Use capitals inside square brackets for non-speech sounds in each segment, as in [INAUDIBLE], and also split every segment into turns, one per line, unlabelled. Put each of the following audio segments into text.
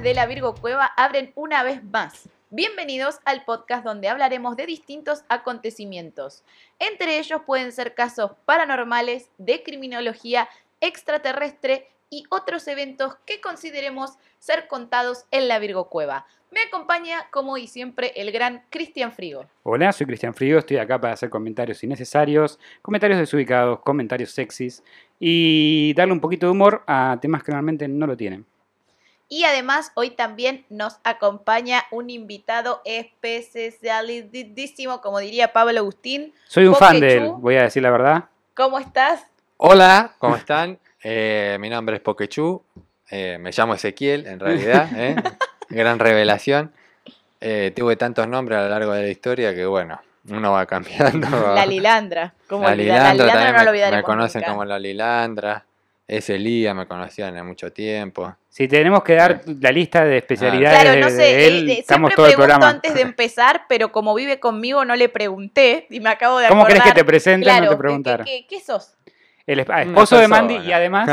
de la Virgo Cueva abren una vez más. Bienvenidos al podcast donde hablaremos de distintos acontecimientos. Entre ellos pueden ser casos paranormales, de criminología extraterrestre y otros eventos que consideremos ser contados en la Virgo Cueva. Me acompaña, como y siempre, el gran Cristian Frigo.
Hola, soy Cristian Frigo, estoy acá para hacer comentarios innecesarios, comentarios desubicados, comentarios sexys y darle un poquito de humor a temas que normalmente no lo tienen.
Y además hoy también nos acompaña un invitado especialidísimo, como diría Pablo Agustín.
Soy un fan
Pokechu.
de él, voy a decir la verdad.
¿Cómo estás?
Hola, ¿cómo están? Eh, mi nombre es Pokechu, eh, me llamo Ezequiel en realidad, ¿eh? gran revelación. Eh, tuve tantos nombres a lo largo de la historia que bueno, uno va cambiando.
Ah.
[LAUGHS]
La Lilandra. ¿Cómo
La
olvidar? La
Lilandra también
no
me-
lo olvidaremos
me conocen
nunca.
como la Lilandra, es Elía, me conocían hace mucho tiempo.
Si tenemos que dar la lista de especialidades
Claro, no
de-
sé,
de
eh,
él,
eh,
estamos
siempre
todo el
pregunto
programa.
antes de empezar, pero como vive conmigo no le pregunté y me acabo de
¿Cómo
acordar.
crees que te presenten?
Claro,
no te
¿qué-
preguntaron.
¿qué, qué, qué sos?
El esp- ah,
Una
esposo de
persona.
Mandy y
[LAUGHS]
además...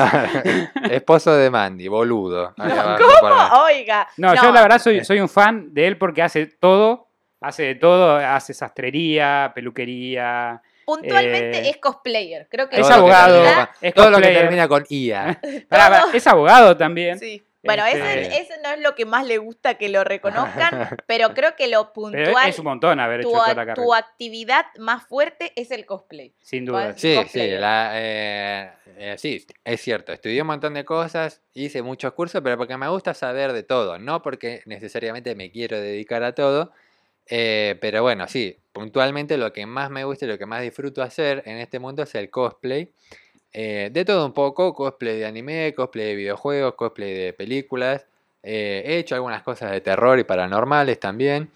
Esposo de Mandy, boludo. Acá va, para-
Ah, Oiga.
No, yo la verdad soy, soy un fan de él porque hace todo, hace de todo, hace sastrería, peluquería,
puntualmente
eh,
es cosplayer. Creo que
es
Todo lo que
abogado,
termina con-
es
Todo lo que
cosplayer.
termina con IA.
Pará, pará, es abogado también.
Sí. Bueno,
Este-
ese, ese no es lo que más le gusta que lo
[LAUGHS]
reconozcan, pero creo que lo
Pero
puntual,
es un montón haber hecho
tu,
toda la
a-
carrera,
tu actividad más fuerte es el cosplay.
sin duda.
¿cuál?
Sí, sí,
cosplayer.
la, eh, eh, sí, es cierto. Estudié un montón de cosas, hice muchos cursos, pero porque me gusta saber de todo, no porque necesariamente me quiero dedicar a todo. eh, pero bueno, sí, puntualmente lo que más me gusta y lo que más disfruto hacer en este mundo es el cosplay. Eh, de todo un poco, cosplay de anime, cosplay de videojuegos, cosplay de películas. eh, he hecho algunas cosas de terror y paranormales también.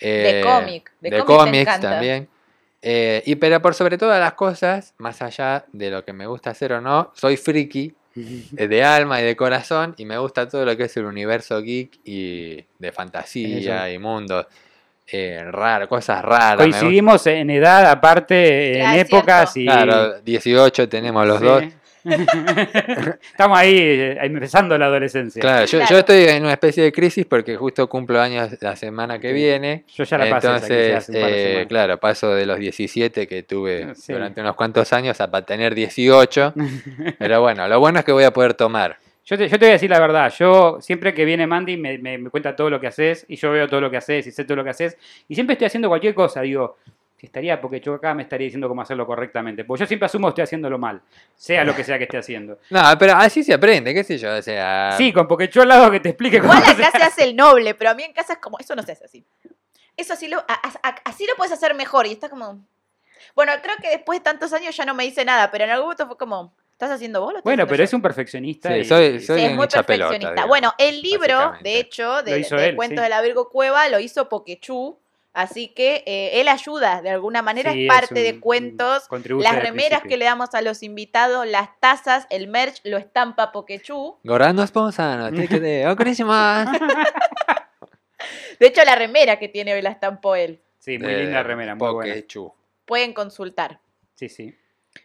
De
eh,
cómic, de,
de,
cómic, me
cómics
encanta.
también. Eh, y pero por sobre todas las cosas, más allá de lo que me gusta hacer o no, soy friki eh, de alma y de corazón y me gusta todo lo que es el universo geek y de fantasía y mundo eh, raro, cosas raras. me gusta.
Coincidimos en edad, aparte,
Claro,
en
es
épocas y...
Claro, 18 tenemos los
sí.
dos.
[LAUGHS] Estamos ahí eh, empezando la adolescencia.
Claro, yo, yo
Claro.
estoy en una especie de crisis porque justo cumplo años la semana que
Sí.
viene.
Yo ya la pasé. esa crisis
Entonces,
hace un par de
eh,
semanas.
claro, paso de los 17 que tuve
Sí.
durante unos cuantos años a pa-
[LAUGHS]
tener 18. Pero bueno, lo bueno es que voy a poder tomar.
Yo te, yo te voy a decir la verdad, yo siempre que viene Mandy me, me- me cuenta todo lo que haces y yo veo todo lo que haces y sé todo lo que haces y siempre estoy haciendo cualquier cosa, digo, si estaría porque yo acá me estaría diciendo cómo hacerlo correctamente, porque yo siempre asumo que estoy haciéndolo mal, sea lo que sea que esté haciendo.
No, pero así se aprende, qué sé yo. O sea,
Sí, con Pokecho al lado que te explique cómo
Igual
[LAUGHS] hacer.
acá se hace el noble, pero a mí en casa es como, eso no se hace así. Eso así lo, a- a- así lo puedes hacer mejor. Y está como. Bueno, creo que después de tantos años ya no me dice nada, pero en algún momento fue como, ¿estás haciendo vos? lo estoy
Bueno,
haciendo
pero
yo?".
es un perfeccionista.
Sí,
y-
soy-
y-
soy-
Sí, es
un
muy
hinchapelota,
perfeccionista.
digamos,
bueno, el libro,
básicamente.
de hecho, de,
Lo hizo
de
él,
Cuentos
sí.
de la Virgo Cueva, lo hizo Poquechú. Así que eh, él ayuda, de alguna manera
sí,
es parte
un-
de cuentos.
contribuye
Las
al
remeras que
principio.
le damos a los invitados, las tazas, el merch, lo estampa Poquechú.
Gorando Sponsano, tiene que de.
[LAUGHS]
De hecho, la remera que tiene hoy la estampó él.
Sí, muy
Eh,
linda remera, muy buena.
Pueden consultar.
Sí, sí.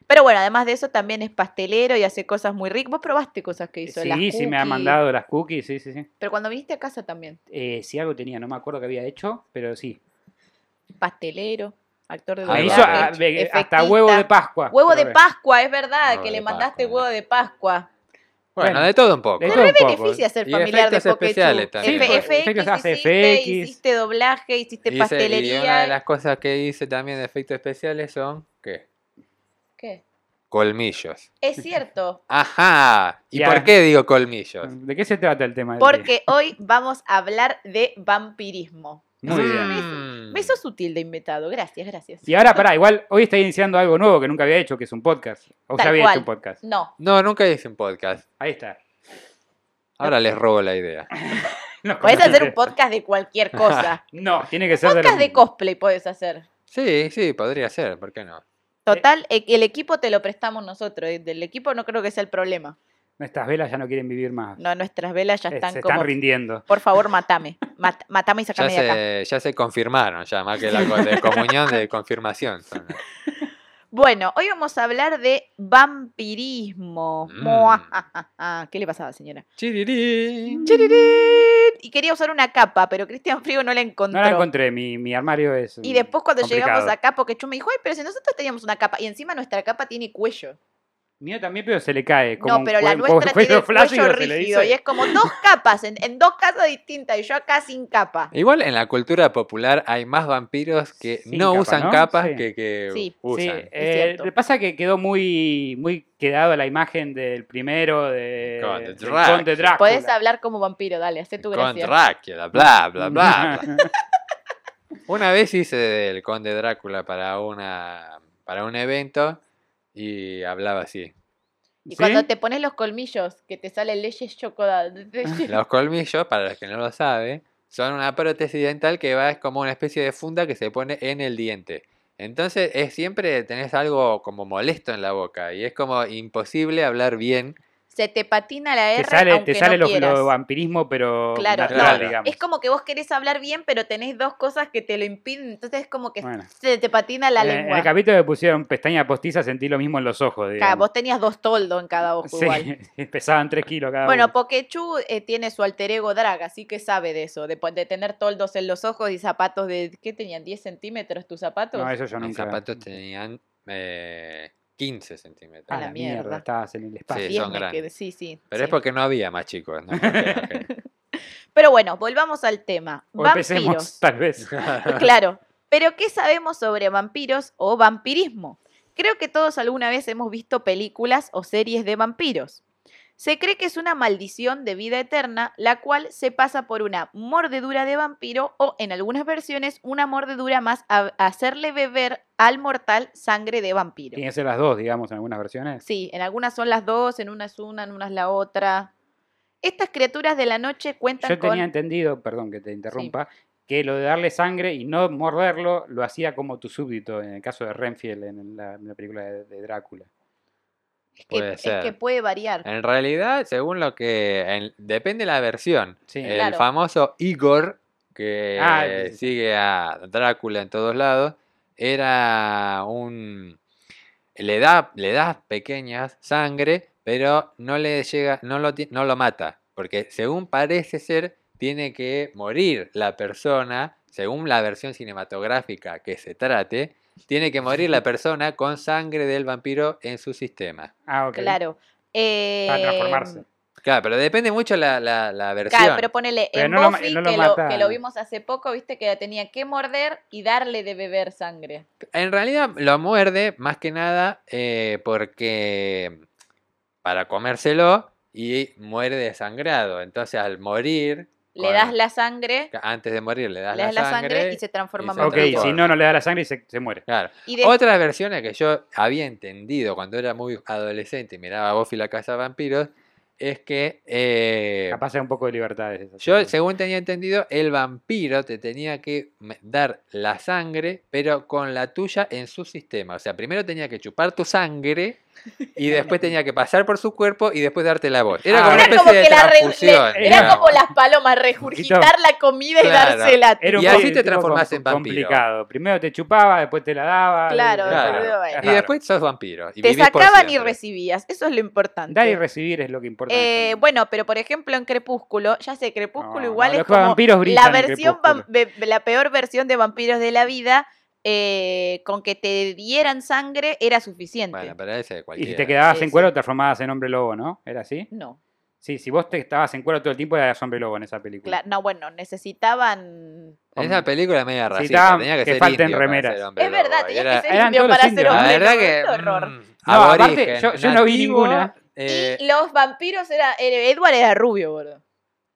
Pero bueno, además de eso también es pastelero y hace cosas muy ricas. Vos probaste cosas que hizo. las
Sí, sí, me ha
cookies,
mandado las cookies, sí, sí, sí.
Pero cuando viniste a casa también.
Eh, si algo tenía, no me acuerdo que había hecho, pero sí.
Pastelero, actor de
Ahí
Me
doblaje,
hizo ah,
va.
ve-
efectista.
hasta huevo de Pascua.
Huevo de
probé.
Pascua, es verdad,
Huevo
que
de
le
Pascua, eh.
mandaste
¿no?
huevo de Pascua.
Bueno,
Bueno,
de todo un poco.
de todo un
¿Qué
poco.
beneficia ser
Y
familiar de
efectos especiales
Pokechu?
también,
F-
porque-
Efectos
FX
hace
hiciste,
FX.
hiciste doblaje, hiciste
Hice-
pastelería.
y una de las cosas que hice también de efectos especiales son. ¿Qué?
¿Qué?
Colmillos.
Es cierto,
[LAUGHS]
Ajá. ¿Y
Ya.
por qué digo colmillos?
¿De qué se trata el tema? del día?
porque hoy vamos a hablar de vampirismo.
Muy bien.
Mm.
Beso sutil de invitado, gracias, gracias.
Y ahora, pará, igual hoy está iniciando algo nuevo que nunca había hecho, que es un podcast. O
Tal
ya había
cual.
hecho un podcast.
No,
Mm. No, nunca hice un podcast.
Ahí está.
Ahora les robo la idea.
No,
[LAUGHS] podés hacer
[LAUGHS]
un podcast de cualquier cosa.
No, tiene que ser de,
Podcast
lo
de
mismo.
cosplay puedes
Eh.
hacer.
Sí, sí, podría ser, ¿por qué no?
Total, e- el equipo te lo prestamos nosotros. eh, Del equipo no creo que sea el problema.
Nuestras velas ya no quieren vivir más.
No, nuestras velas ya
Eh,
están
se están
como.
rindiendo.
Por favor, matame. Mat- matame y
Ya
sacame de acá.
se, ya se confirmaron, ya más que la co- de comunión de confirmación. son.
Bueno, hoy vamos a hablar de vampirismo.
Mm.
Muajajaja. ¿Qué le pasaba, señora?
Chirirín.
Chirirín. Y quería usar una capa, pero Cristian Frío no la encontró.
No la encontré, mi, mi armario es.
Y después cuando llegamos
complicado.
acá, porque yo me dijo, ay, pero si nosotros teníamos una capa, y encima nuestra capa tiene cuello.
Mío también, pero se le cae. Como
No, pero la
un, cue- como un [LAUGHS]
nuestra
cuello
tiene el
flácido,
cuello
se le
rígido
dice.
y es como
[LAUGHS]
dos capas, en, en dos casas distintas, y yo acá sin capa.
Igual en la cultura popular hay más vampiros que
Sin
no
capa,
usan
¿no?
capas
Sí.
que, que
Sí.
Sí,
usan.
eh,
cierto.
le pasa que quedó muy, muy quedado la imagen del primero de
Conde
del
Drácula.
Conde Drácula.
Podés hablar como vampiro, dale, hacé tu
Con
gracia.
Drácula, bla,
[LAUGHS]
bla, bla.
[LAUGHS]
bla. una vez hice del conde Drácula para, una, para un evento y hablaba así.
Y
¿Sí?
cuando te pones los colmillos, que te sale leyes chocoda. [LAUGHS]
Los colmillos, para los que no lo saben, son una prótesis dental que va es como una especie de funda que se pone en el diente. Entonces es siempre tenés algo como molesto en la boca y es como imposible hablar bien.
Se te patina la R
Te sale,
aunque
te sale
no
lo,
quieras.
lo vampirismo, pero
Claro,
natural,
no,
digamos.
Es como que vos querés hablar bien, pero tenés dos cosas que te lo impiden. Entonces es como que
Bueno.
se te patina la
Eh, En
lengua.
el capítulo que pusieron pestaña postiza, sentí lo mismo en los ojos.
Claro,
digamos.
vos tenías dos toldos en cada ojo
[LAUGHS] Sí,
igual.
pesaban 3 kilos cada
Bueno,
uno.
Pokechu eh, tiene su alter ego drag, así que sabe de eso, de, po- de tener toldos en los ojos y zapatos de... ¿Qué tenían? ¿10 centímetros tus zapatos?
No, eso yo
Mis
nunca.
zapatos tenían eh, 15 centímetros.
Ah,
A la mierda.
Estabas en el espacio.
Sí,
Diez
son
me
grandes.
quedé- sí, sí,
Pero es
sí.
porque no había más chicos. no porque-
Pero bueno, volvamos al tema.
o
Vampiros.
empecemos, tal vez.
Claro. [LAUGHS] Pero ¿qué sabemos sobre vampiros o vampirismo? Creo que todos alguna vez hemos visto películas o series de vampiros. Se cree que es una maldición de vida eterna, la cual se pasa por una mordedura de vampiro o, en algunas versiones, una mordedura más a hacerle beber al mortal sangre de vampiro.
Tienen que ser las dos, digamos, en algunas versiones.
Sí, en algunas son las dos, en una es una, en una es la otra. Estas criaturas de la noche cuentan
Yo tenía
con...
entendido, perdón que te interrumpa, que lo de darle sangre y no morderlo lo hacía como tu súbdito, en el caso de Renfield en la, en la película de, de Drácula.
es que-
Puede
es que
ser.
puede variar.
Ah,
En realidad, según lo que. en- depende la versión.
Sí.
El
Claro.
famoso Igor, que
Ah, sí, sí, sí.
sigue a Drácula en todos lados, era un. Le da, le da pequeñas sangre, pero no le llega, no lo, ti- no lo mata. Porque según parece ser, tiene que morir la persona, según la versión cinematográfica que se trate, tiene que
[LAUGHS]
morir la persona con sangre del vampiro en su sistema.
Ah, ok.
Claro. Eh,
Para transformarse.
Claro, pero depende mucho la, la, la versión.
Claro, pero ponele
Pero
en
no lo ma-
Buffy,
no lo
que, lo, que lo
mataron.
vimos hace poco, viste que la tenía que morder y darle de beber sangre.
En realidad lo muerde más que nada eh, porque para comérselo y muere desangrado. Entonces al morir,
Le
Con-
das la sangre,
antes de morir le das,
le das la sangre, y se transforma
y
en
se
Ok,
vampiro.
transforma.
si no, no le da la sangre y se, se muere.
Claro.
Y de-
Otras versiones que yo había entendido cuando era muy adolescente y miraba Buffy la casa de vampiros es que... eh,
Capaz hay un poco de libertad. de esas
Yo,
cosas.
según tenía entendido, el vampiro te tenía que me- dar la sangre, pero con la tuya en su sistema. O sea, primero tenía que chupar
[LAUGHS]
tu sangre y después tenía que pasar por su cuerpo y después darte la voz. Era
Ah.
como una
era
especie
como
de
que la re-
transfusión.
le- era
digamos.
como las palomas, regurgitar la comida y
Claro.
dársela.
Era un
y así
poco-
te
tipo
transformás
com-
en vampiro.
Complicado. Primero te chupaba, después te la daba.
Claro,
Claro.
boludo, bueno.
Y después sos vampiro. y
Te
vivís por
sacaban y
siempre.
recibías, eso es lo importante.
Dar y recibir es lo que importa. en esta
Eh,
vida.
bueno, pero por ejemplo en Crepúsculo, ya sé, Crepúsculo
No,
igual
no,
es
los
como
vampiros
la
brillan en
versión
Crepúsculo.
vam- ve- ve- la peor versión de vampiros de la vida, eh, con que te dieran sangre era suficiente.
Bueno, pero ese de
y
cualquiera.
si te quedabas
Sí,
en
sí.
cuero, te transformabas en hombre lobo, ¿no? ¿Era así?
No,
Sí, si vos te estabas en cuero todo el tiempo, eras hombre lobo en esa
Mm.
película.
cla- no, bueno, necesitaban.
En Esa película es media
Sí,
racista.
estaban-
tenía que,
que
ser
falten
indio para
remeras.
ser hombre
Es verdad,
lobo, y
tenías
era-
que ser
eran
indio
todos los
para ser
indios.
hombre.
Ah, La verdad
lobo,
que.
qué horror.
mm,
No, aparte,
aborigen,
yo- yo no vi
nativo,
ninguna.
eh,
Y los vampiros era eh, Edward era rubio, boludo.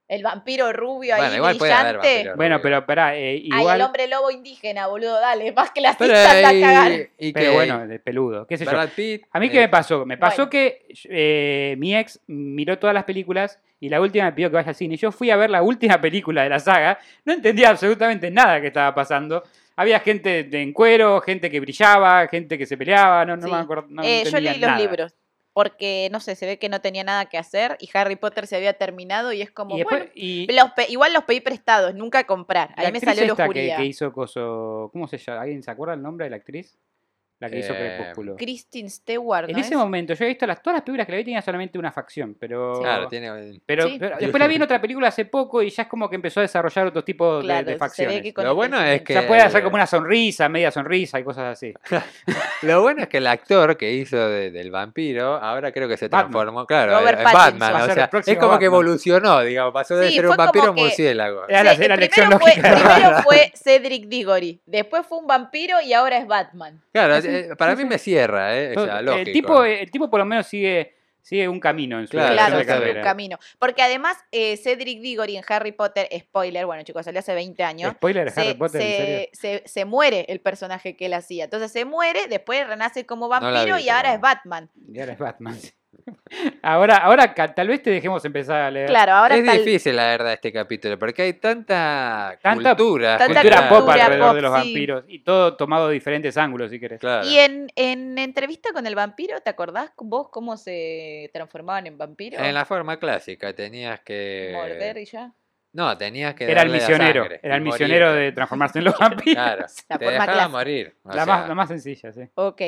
El vampiro rubio
Bueno,
ahí
igual puede haber
brillante.
vampiros.
Bueno, pero pará, eh,
Ay, el
igual.
hombre lobo indígena, boludo, dale, [LAUGHS] más que la
pero
a
y-
cagar.
y
Pero
que-
bueno, de peludo, qué sé yo.
Brad Pitt,
A mí,
eh,
¿qué me pasó? Me pasó
Bueno.
que eh, mi ex miró todas las películas y la última me pidió que vaya al cine. Yo fui a ver la última película de la saga, no entendía absolutamente nada que estaba pasando. Había gente de- en cuero, gente que brillaba, gente que se peleaba, no, no
Sí.
me acuerdo. no
Eh, yo
entendía
leí
nada.
los libros. Porque, no sé, se ve que no tenía nada que hacer y Harry Potter se había terminado y es como,
Y después,
bueno,
y
los pe- igual los pedí prestados, nunca comprar.
la
Ahí me
actriz
salió
esta
la
que,
oscuridad.
que hizo coso, ¿cómo se llama? ¿Alguien se acuerda el nombre de la actriz? la que hizo
Eh,
Crepúsculo.
Christine Stewart.
En
¿no
ese
es?
momento, yo he visto las, todas las películas que la vi tenía solamente una facción, pero.
Claro, tiene.
Pero,
Sí.
pero después la vi en otra película hace poco y ya es como que empezó a desarrollar otro tipo de-
Claro,
de,
se ve
facciones.
que con
Lo
el
bueno es que.
Ya puede hacer como una sonrisa, media sonrisa y cosas así.
Lo bueno es que el actor que hizo de- del vampiro, ahora creo que se
Batman.
transformó, claro,
Robert
en
Pattinson.
Batman.
Va a
O
ser
sea,
el próximo
es como que
Batman. Eh,
evolucionó, digamos, pasó de
Sí,
ser
fue
un vampiro a un
como que-
murciélago.
Era la,
Sí,
era la
el
lección
primero fue-
lógica. [LAUGHS]
primero fue Cedric Diggory, después fue un vampiro y ahora es Batman.
Claro,
es un-
eh, para mí me cierra, eh, o sea,
Todo-
lógico.
el, tipo, el tipo por lo menos sigue, sigue un camino en su
Claro,
evolución
Claro,
de
exactamente.
es
carrera.
un camino. Porque además, eh, Cedric Diggory en Harry Potter, spoiler, bueno chicos, salió hace 20 años.
Spoiler de
Se,
Harry Potter, en
se-
serio.
se- se muere el personaje que él hacía. Entonces se muere, después renace como
la
vampiro
vi,
y ahora
pero-
es Batman.
Y ahora es Batman. [LAUGHS] ahora, ahora ca- tal vez te dejemos empezar a leer.
Claro, ahora
es
está el-
difícil, la verdad, este capítulo, porque hay tanta,
Tanta-
cultura.
tanta
Cultura pop
cultura
alrededor
pop,
de los
sí.
vampiros. Y todo tomado de diferentes ángulos, si querés.
Claro.
Y en, en entrevista con el vampiro, ¿te acordás vos cómo se transformaban en vampiro?
En la forma clásica tenías que...
Morder y ya.
No, tenías que
Era el
darle la
misionero.
sangre
Era
y
el misionero
morirte.
de transformarse en los vampiros.
Claro,
[LAUGHS] La
te
forma
dejaba
clásica.
morir. o
La, más,
sea,
la más sencilla, sí.
Ok.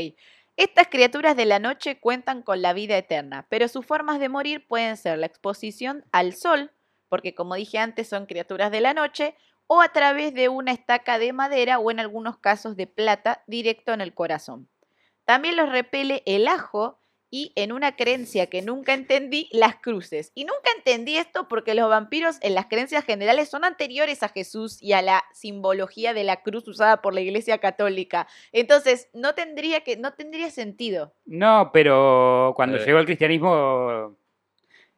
Estas criaturas de la noche cuentan con la vida eterna, pero sus formas de morir pueden ser la exposición al sol, porque como dije antes son criaturas de la noche, o a través de una estaca de madera o en algunos casos de plata directo en el corazón. También los repele el ajo y en una creencia que nunca entendí, las cruces. Y nunca entendí esto porque los vampiros en las creencias generales son anteriores a Jesús y a la simbología de la cruz usada por la Iglesia Católica. Entonces, no tendría que no tendría sentido.
No, pero cuando
Eh.
llegó el cristianismo,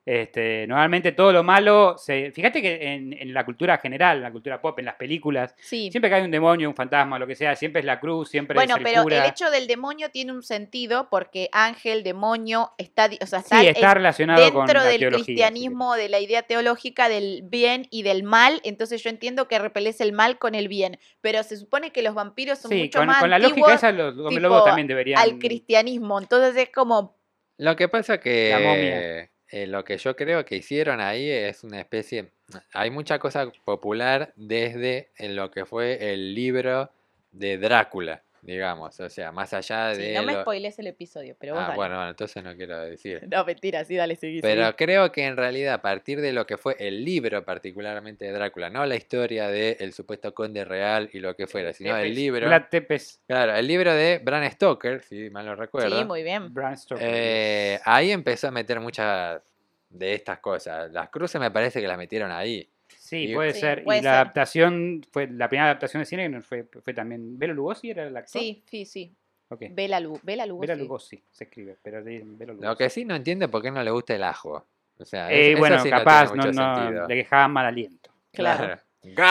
este, normalmente todo lo malo. Se, fíjate que en, en la cultura general, en la cultura pop, en las películas,
Sí.
siempre que hay un demonio, un fantasma, lo que sea, siempre es la cruz, siempre
bueno,
es el
pero
cura.
el hecho del demonio tiene un sentido porque ángel, demonio, está, di- o sea, está
sí,
en-
está relacionado con
eh, dentro
la
del
teología, si
cristianismo, de la idea teológica del bien y del mal. Entonces yo entiendo que repelés el mal con el bien, pero se supone que los vampiros son
querés. Sí,
mucho
con,
más
con la lógica
antiguos
esa los, los
tipo,
lobos también deberían.
al cristianismo. Entonces es como
Lo que pasa
La
que
momia.
eh, lo que yo creo que hicieron ahí es una especie, hay mucha cosa popular desde en lo que fue el libro de Drácula, digamos, o sea, más allá
Sí,
Ah, de...
no me
lo-
spoilees el episodio, pero vos
Ah,
dale.
bueno, bueno, entonces no quiero decir.
[LAUGHS] No, mentira, sí, dale, seguí. seguí.
Pero creo que en realidad a partir de lo que fue el libro particularmente de Drácula, no la historia del supuesto conde real y lo que fuera, sino el
Tepes,
libro...
Vlad Tepes,
Claro, el libro de Bram Stoker, si mal no recuerdo.
Sí, muy bien.
Bram Stoker.
Eh, ahí empezó a meter muchas de estas cosas. Las cruces me parece que las metieron ahí.
Sí,
y-
puede
Sí,
ser.
puede
y la
ser.
adaptación, fue la primera adaptación de cine fue, fue también. ¿Belo Lugosi era el actor?
Sí, sí, sí.
Ok.
Vela luz, vela luz.
Bela Lugosi se escribe, pero le dicen Bela Lugosi.
Lo que sí no entiendo es por qué no le gusta el ajo. O sea,
Eh,
es- eso
bueno,
sí no
capaz no,
tiene mucho
no,
sentido.
le dejaba mal aliento.
Claro.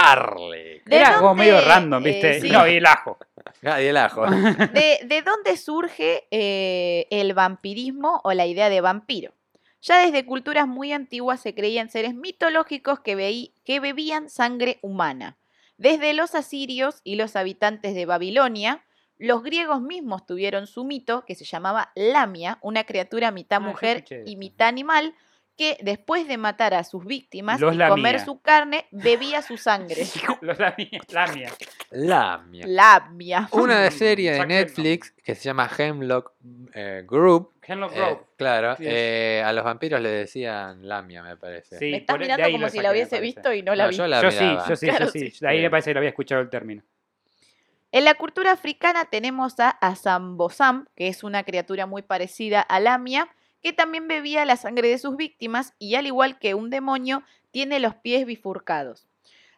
Garlic.
¿De
Era como
dónde,
medio random,
eh,
¿viste?
sí?
No, y el ajo. [LAUGHS]
Ah, y el ajo.
¿De, de dónde surge eh, el vampirismo o la idea de vampiro? Ya desde culturas muy antiguas se creían seres mitológicos que, veí- que bebían sangre humana. Desde los asirios y los habitantes de Babilonia, los griegos mismos tuvieron su mito que se llamaba Lamia, una criatura mitad
Ah, yo
mujer
escuché
y
eso.
mitad animal que después de matar a sus víctimas
Los
y comer
Lamia.
su carne, bebía su
[LAUGHS]
sangre.
Los
[LAUGHS]
lamia. lamia.
Lamia.
Lamia.
Una
Mm,
serie de
saquen, no.
Netflix que se llama Hemlock eh, Group.
Hemlock
eh,
Grove.
claro,
Oh, Sí.
eh, a los vampiros le decían lamia, me parece.
Sí,
Me estás
por- e, de
mirando
ahí
como
lo
si
saqué,
la
me
hubiese
parece.
visto y no la
No,
vi.
yo la
Yo sí,
miraba.
yo sí,
Claro,
yo sí.
sí.
De ahí
Sí.
me parece que lo había escuchado el término.
En la cultura africana tenemos a Azambosam, que es una criatura muy parecida a Lamia, que también bebía la sangre de sus víctimas y al igual que un demonio, tiene los pies bifurcados.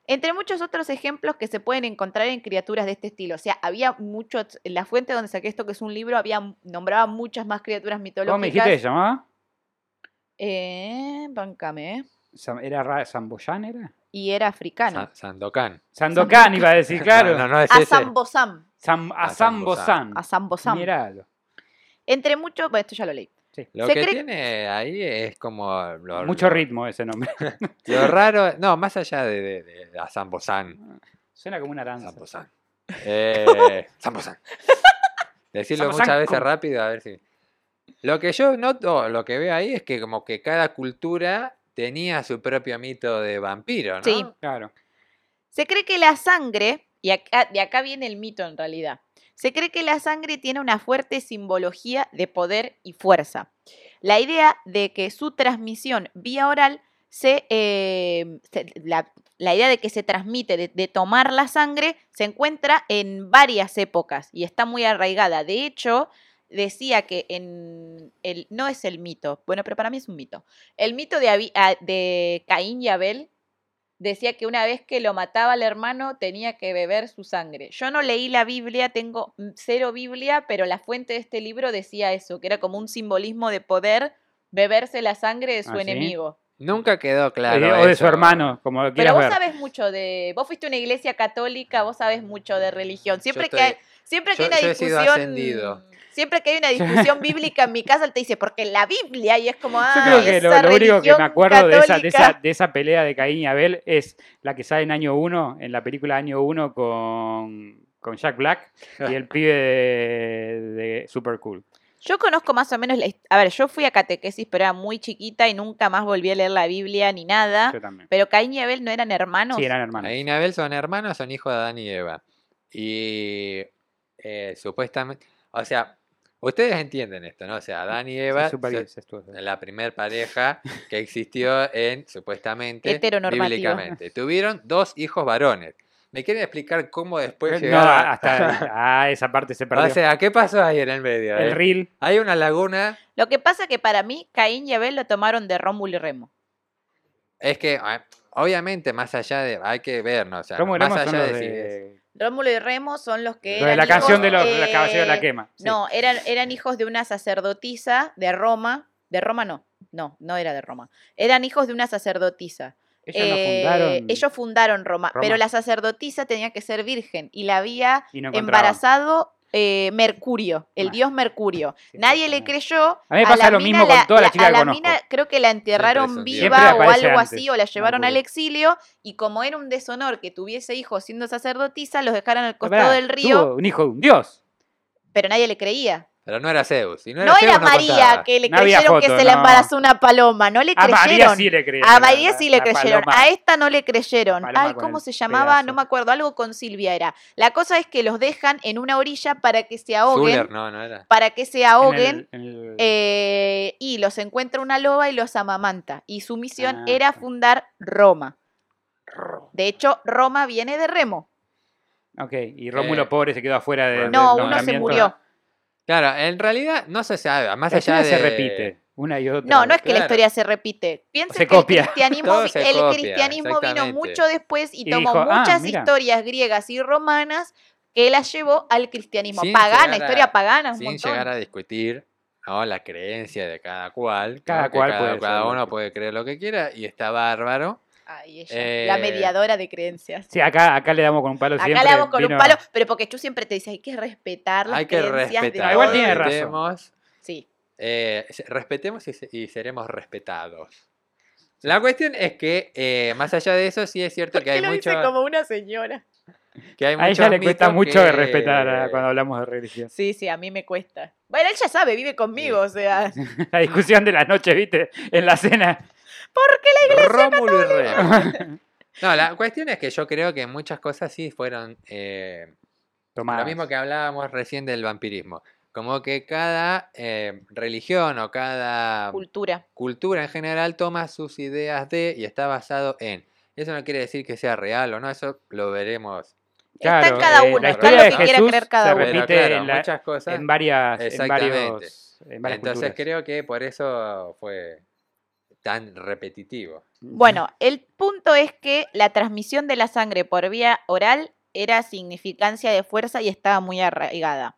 Entre muchos otros ejemplos que se pueden encontrar en criaturas de este estilo. O sea, había muchos, en la fuente donde saqué esto, que es un libro, había nombraba muchas más criaturas mitológicas.
¿Cómo me dijiste que se llamaba?
Eh, bancame, eh.
Sam- ¿Era Ra- Zamboyán? ¿Era?
Y era africano.
Sa- Sandokan.
Sandokan iba a decir, claro.
[LAUGHS] No, Ah, no, no
Ah,
es ese.
Azambosam.
Sam- a
Azambozán.
Zambozán.
Azambosam.
Miralo.
Entre muchos, bueno, esto ya lo leí.
Lo
Se
que
cree-
tiene ahí es como... lo-
Mucho
lo-
ritmo ese nombre. [LAUGHS]
Lo raro, no, más allá de, de, de la Zambosan.
Suena como una danza.
Zambosan.
[LAUGHS]
Eh, Zambosan. Decirlo
Zambosan,
muchas veces
¿cómo?
rápido, a ver si. Lo que yo noto, lo que veo ahí es que como que cada cultura tenía su propio mito de vampiro, ¿no?
Sí.
Claro.
Se cree que la sangre, y acá, de acá viene el mito en realidad, Se cree que la sangre tiene una fuerte simbología de poder y fuerza. La idea de que su transmisión vía oral se, eh, se- la, la idea de que se transmite, de, de tomar la sangre, se encuentra en varias épocas y está muy arraigada. De hecho, decía que en el, no es el mito, bueno, pero para mí es un mito. El mito de, Abi- ah, de Caín y Abel decía que una vez que lo mataba el hermano tenía que beber su sangre. Yo no leí la Biblia, tengo mm, cero Biblia, pero la fuente de este libro decía eso, que era como un simbolismo de poder beberse la sangre de su
¿Ah, sí?
enemigo.
Nunca quedó claro.
Eh, o de su
eso.
hermano, como lo
Pero
quieras
vos
ver.
sabés mucho de. Vos fuiste a una iglesia católica, vos sabés mucho de religión. Siempre que
estoy-
hay, siempre que
yo-
hay
yo
una
he sido
discusión.
ascendido.
Siempre que hay
[LAUGHS]
una discusión bíblica en mi casa, él te dice, porque la Biblia, y es como. Ah,
Yo creo que lo,
esa
lo único que
religión
me acuerdo de esa, de, esa,
católica".
de esa pelea de Caín y Abel es la que sale en año 1, en la película año 1 con, con Jack Black y
[LAUGHS]
el pibe de, de Super Cool.
Yo conozco más o menos. La, his- a ver, yo fui a catequesis, pero era muy chiquita y nunca más volví a leer la Biblia ni nada.
Yo también.
Pero Caín y Abel no eran Ah, hermanos.
Sí, eran hermanos.
Ahí Abel son hermanos, son hijos de Adán y Eva. Y eh, supuestamente, o sea, ustedes entienden esto, ¿no? O sea, Adán y Eva,
Sí, super
se-
diez, estuvo.
la primer pareja que existió en, supuestamente,
Heteronormativa.
bíblicamente. Tuvieron dos hijos varones. ¿Me quieren explicar cómo después
Eh, No,
llegaron? [LAUGHS]
hasta ah, esa parte se perdió.
O sea, ¿qué pasó ahí en el medio?
el
eh?
reel.
Hay una laguna,
Lo que pasa que para mí, Caín y Abel lo tomaron de Rómulo y Remo.
es que ah, obviamente más allá de, hay que ver, ¿no? O sea,
Romo y
más
Remo
allá
son los
si es-
de,
Rómulo y Remo son los que.
los de
eran
la
hijos,
canción de los, los
eh,
caballeros de la quema. sí.
No, eran, eran hijos de una sacerdotisa de Roma. De Roma no, no, no era de Roma. Eran hijos de una sacerdotisa.
Ellos
Eh,
no fundaron
ellos fundaron Roma,
Roma.
pero la sacerdotisa tenía que ser virgen y la había
y no encontraban.
embarazado eh, Mercurio, el
Ah.
dios Mercurio.
Sí,
Nadie le
exactamente.
creyó.
A mí me pasa
la
lo
mina
mismo con
la-
todas las
la-
chicas
a
que
la
conozco.
mina creo que la
es
enterraron
un dios.
viva
Siempre
o
aparece
algo
antes,
así, o la llevaron al
Mercurio.
exilio y como era un deshonor que tuviese hijos siendo sacerdotisa, los dejaron al
Ah,
costado
pará,
del río,
tuvo un hijo de un dios.
pero nadie le creía.
Pero no era Zeus. Si no era,
No
Zeus,
era
no
María
contaba.
que le
No había
creyeron que
foto,
se la
no.
embarazó una paloma, no [LAUGHS] le
A María
creyeron.
sí le creyeron.
A María sí le
la
creyeron,
paloma.
a esta no le creyeron.
paloma
Ay,
con
¿cómo
el
se llamaba? No
pedazo.
me acuerdo, algo con Silvia era. La cosa es que los dejan en una orilla para que se ahoguen,
Zuller, no, no era.
para que se
En el-
ahoguen
en el-
eh, y los encuentra una loba y los amamanta. Y su misión
Ah,
era
está.
fundar Roma. De hecho, Roma viene de Remo.
Ok, y Rómulo
Eh,
pobre se quedó afuera de.
bueno,
No,
el
uno se
nombramiento-
murió.
Claro, en realidad no se sabe. Más
La
allá
historia
de...
se repite una y otra.
No, no es que la
claro.
historia se repite. Piensen
Se
que el
[LAUGHS]
copia.
cristianismo,
Todo
vi-
se
el
copia,
cristianismo vino
exactamente.
mucho después y,
Y
tomó
dijo, "Ah,
muchas
mira".
historias griegas y romanas que las llevó al cristianismo.
Sin
pagana,
llegar a-
historia pagana, un
Sin
montón.
llegar a discutir ¿no? la creencia de cada cual.
Cada
¿no? Que
cual
cada,
puede
cada
ser lo
uno
que-
puede creer lo que quiera y está bárbaro.
Ay, ella, la
Eh,
mediadora de creencias.
Sí, acá, acá le damos con un palo
Acá
siempre.
le hago con
vino-
un palo, pero porque tú siempre te dices, hay que respetar las
Hay que
creencias de
respetar.
No, igual
todos".
tiene razón.
Respetemos,
Sí.
eh, se- respetemos y, se- y seremos respetados. La cuestión es que, eh, más allá de eso, sí es cierto que hay
lo
mucho...
dice como una señora?
Que hay
A ella
muchos
le cuesta
mitos
mucho
que-
de respetar
[LAUGHS]
ah, cuando hablamos de religión. [LAUGHS]
Sí, sí, a mí me cuesta. Bueno, él ya sabe, vive conmigo, o sea.
La discusión de las noches, viste, en
[LAUGHS]
la cena.
Rómulo y Remo. No, la cuestión es que yo creo que muchas cosas sí fueron eh,
Tomás.
lo mismo que hablábamos recién del vampirismo. Como que cada eh, religión o cada
Cultura.
cultura en general toma sus ideas de y está basado en. Eso no quiere decir que sea real o no, eso lo veremos.
está en cada
eh,
uno,
la
está
historia
en lo
de
que quiera
Jesús
creer cada
se
uno.
Pero
repite
claro,
en, la-
muchas cosas.
en varias, en
Exactamente.
varios, en varias
Entonces
culturas.
creo que por eso fue tan repetitivo.
Bueno, el punto es que la transmisión de la sangre por vía oral era significancia de fuerza y estaba muy arraigada.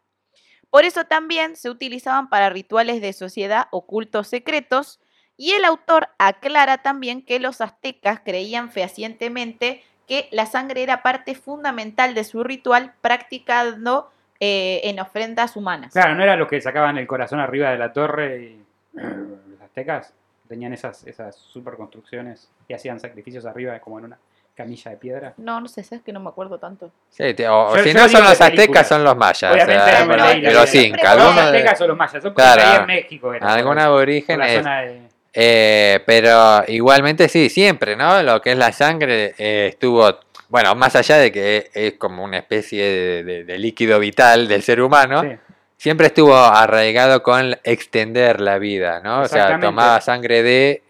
Por eso también se utilizaban para rituales de sociedad o cultos secretos y el autor aclara también que los aztecas creían fehacientemente que la sangre era parte fundamental de su ritual practicando eh, en ofrendas humanas.
Claro, no eran los que sacaban el corazón arriba de la torre y eh, los aztecas tenían esas, esas superconstrucciones y hacían sacrificios arriba como en una camilla de piedra.
No, no sé, sabes que no me acuerdo tanto.
Sí, te- o-
Yo-
si
yo digo
no
de
son los
películas.
aztecas, son los mayas.
Obviamente
o sea,
eran los
de los
mayas.
incas.
Siempre
Los
algunos
fueron
de-
aztecas o los mayas, son cosas que
Claro.
hay en México. eran,
algún
por- por la
aborígenes.
zona de-
eh, pero igualmente sí, siempre, ¿no? Lo que es la sangre eh, estuvo Bueno, más allá de que es como una especie de, de- de líquido vital del ser humano,
Sí.
siempre estuvo arraigado con extender la vida, ¿no? O sea,
Exactamente.
tomaba sangre de...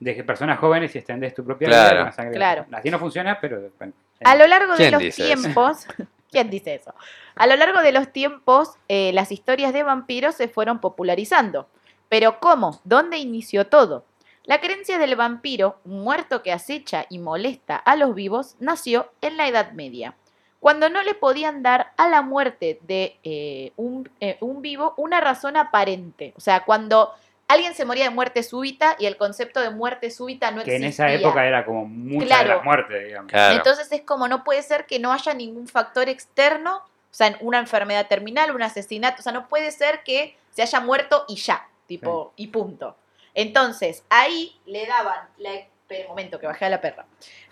De que personas jóvenes y extendés tu propia
Claro.
vida con la sangre.
Claro.
Así no funciona, pero. bueno,
A lo largo de
¿Quién
los
dice eso?
tiempos, [LAUGHS] ¿quién dice eso? A lo largo de los tiempos, eh, las historias de vampiros se fueron popularizando. Pero ¿cómo? ¿Dónde inició todo? La creencia del vampiro, un muerto que acecha y molesta a los vivos, nació en la Edad Media, cuando no le podían dar a la muerte de eh, un, eh, un vivo una razón aparente. O sea, cuando alguien se moría de muerte súbita y el concepto de muerte súbita no
que
existía.
en esa época era como mucha de
Claro.
las muertes, digamos.
Claro.
Entonces es como no puede ser que no haya ningún factor externo, o sea, una enfermedad terminal, un asesinato, o sea, no puede ser que se haya muerto y ya, tipo, y punto. Entonces, ahí le daban la... Espera un momento, que bajé a la perra.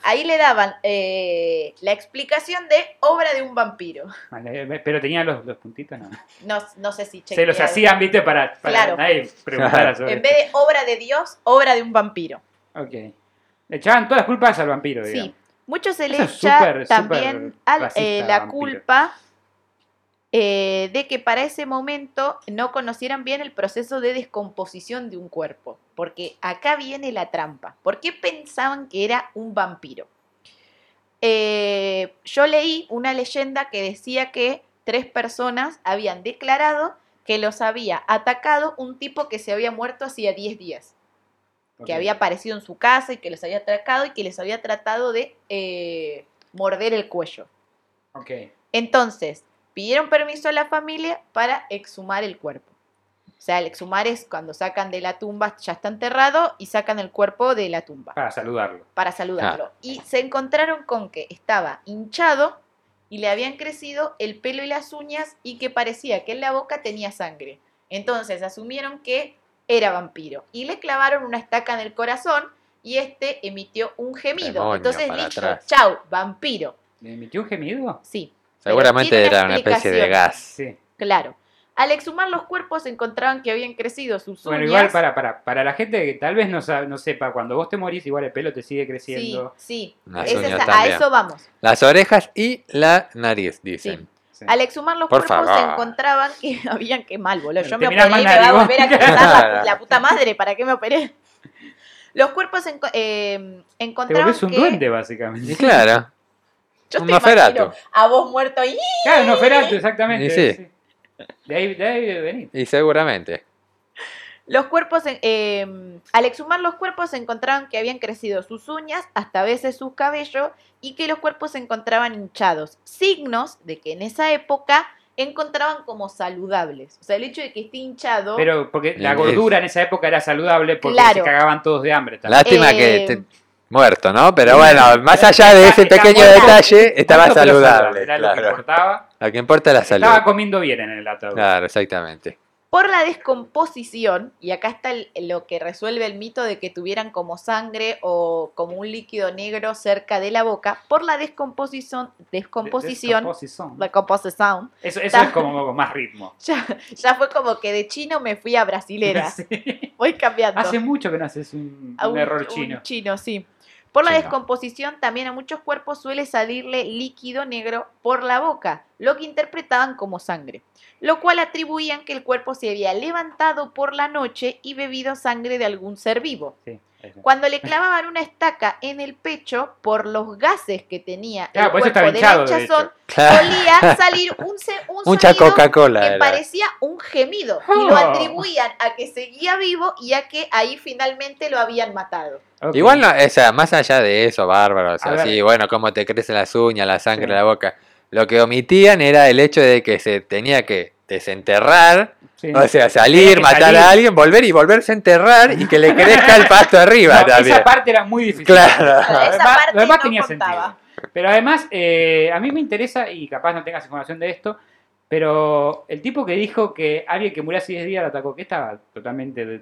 Ahí le daban eh, la explicación de obra de un vampiro.
Vale, eh, Pero tenía los, los puntitos, no.
No, no sé si
Se los
chequearon.
hacían, viste, para, para
Claro.
nadie
[LAUGHS]
preguntara sobre
En vez de obra de Dios, obra de un vampiro.
Ok. Le echaban todas las culpas al vampiro,
Sí,
digamos.
mucho se le
Eso
echa
es súper, súper
también al-
racista,
eh, la
vampiro.
culpa eh, de que para ese momento no conocieran bien el proceso de descomposición de un cuerpo. Porque acá viene la trampa. ¿Por qué pensaban que era un vampiro? Eh, yo leí una leyenda que decía que tres personas habían declarado que los había atacado un tipo que se había muerto hacía 10 días
Ok.
que había aparecido en su casa y que los había atacado y que les había tratado de eh, morder el cuello.
Ok.
Entonces, pidieron permiso a la familia para exhumar el cuerpo. O sea, el exhumar es cuando sacan de la tumba, ya está enterrado, y sacan el cuerpo de la tumba
Para saludarlo.
para saludarlo. Y se encontraron con que estaba hinchado y le habían crecido el pelo y las uñas y que parecía que en la boca tenía sangre. Entonces asumieron que era vampiro y le clavaron una estaca en el corazón y este emitió un gemido.
Demonio,
Entonces
para
dijo,
atrás.
chau, vampiro.
¿Le metió un gemido?
Sí, Pero
Seguramente
tiene una
era una especie de
explicación.
gas.
Sí.
claro. Al exhumar los cuerpos encontraron que habían crecido sus
Bueno,
uñas.
igual para, para, para la gente que tal vez no, sa- no sepa, cuando vos te morís, igual el pelo te sigue
Sí,
creciendo.
sí.
Las
Ese
uñas
es- a
también.
eso vamos.
Las orejas y la nariz, dicen.
Sí.
Al exhumar los
Por
cuerpos se
favor.
encontraban que [LAUGHS] habían que mal, boludo. Yo
Te
me
mirás
operé y
mal
me va a
narigón.
volver a
[LAUGHS]
cruzar la,
Claro.
la puta madre. ¿Para qué me operé? Los cuerpos enco- eh,
Te
encontraban
volvés un
que...
duende,
Y
básicamente.
claro,
Yo
un
te
Nosferatu.
imagino a vos muerto ahí.
Claro, no, Ferato,
Y
exactamente.
sí.
sí. De ahí, de ahí venís.
y seguramente.
Los cuerpos, en- eh, al exhumar los cuerpos se encontraban que habían crecido sus uñas, hasta a veces sus cabellos, y que los cuerpos se encontraban hinchados. Signos de que en esa época encontraban como saludables. O sea, el hecho de que esté hinchado...
Pero porque la
Es-
gordura en esa época era saludable porque
Claro.
se cagaban todos de hambre. también.
Lástima
Eh,
que esté muerto, ¿no? Pero
Sí,
bueno, más
pero
allá de
está-
ese
está
pequeño
muerto.
detalle, estaba
Muerto, pero
saludable.
Era lo que
Claro.
importaba.
Lo que importa es la
Estaba
salud.
comiendo bien en el ataúd.
Claro, exactamente.
Por la descomposición, y acá está el- lo que resuelve el mito de que tuvieran como sangre o como un líquido negro cerca de la boca, por la descomposición, descomposición,
Descomposición.
descomposición,
Eso, eso es como con más ritmo.
ya, ya fue como que de chino me fui a brasilera.
[LAUGHS] Sí.
Voy cambiando.
Hace mucho que no haces un,
A
un error
un
chino.
chino, sí. Por la
Chino.
descomposición, también a muchos cuerpos suele salirle líquido negro por la boca, lo que interpretaban como sangre, lo cual atribuían que el cuerpo se había levantado por la noche y bebido sangre de algún ser vivo.
Sí, eso.
Cuando le clavaban una estaca en el pecho por los gases que tenía
Claro,
el
por Ah, pues eso
cuerpo
estaba
del
hinchado, de
hinchazón,
[LAUGHS]
Claro.
solía salir un, se- un
Mucha
sonido
Coca-Cola.
que
era.
parecía un gemido y lo
Oh.
atribuían a que seguía vivo y a que ahí finalmente lo habían matado.
Ok.
Igual, no, o sea, más allá de eso, bárbaro. O
A
sea,
ver.
sí, bueno, cómo te crecen las uñas, la sangre,
Sí.
la boca. Lo que omitían era el hecho de que se tenía que desenterrar,
Sí.
o sea, salir,
que
matar
salir.
a alguien, volver y volverse a enterrar y
[LAUGHS]
que le crezca el pasto
No,
arriba también.
esa parte era muy difícil.
Claro.
Lo
Esa
demás-
parte
lo demás
no
tenía
contaba.
sentido. Pero además, eh, a mí me interesa, y capaz no tengas información de esto, Pero el tipo que dijo que alguien que murió hace 10 días lo atacó, ¿qué estaba totalmente de-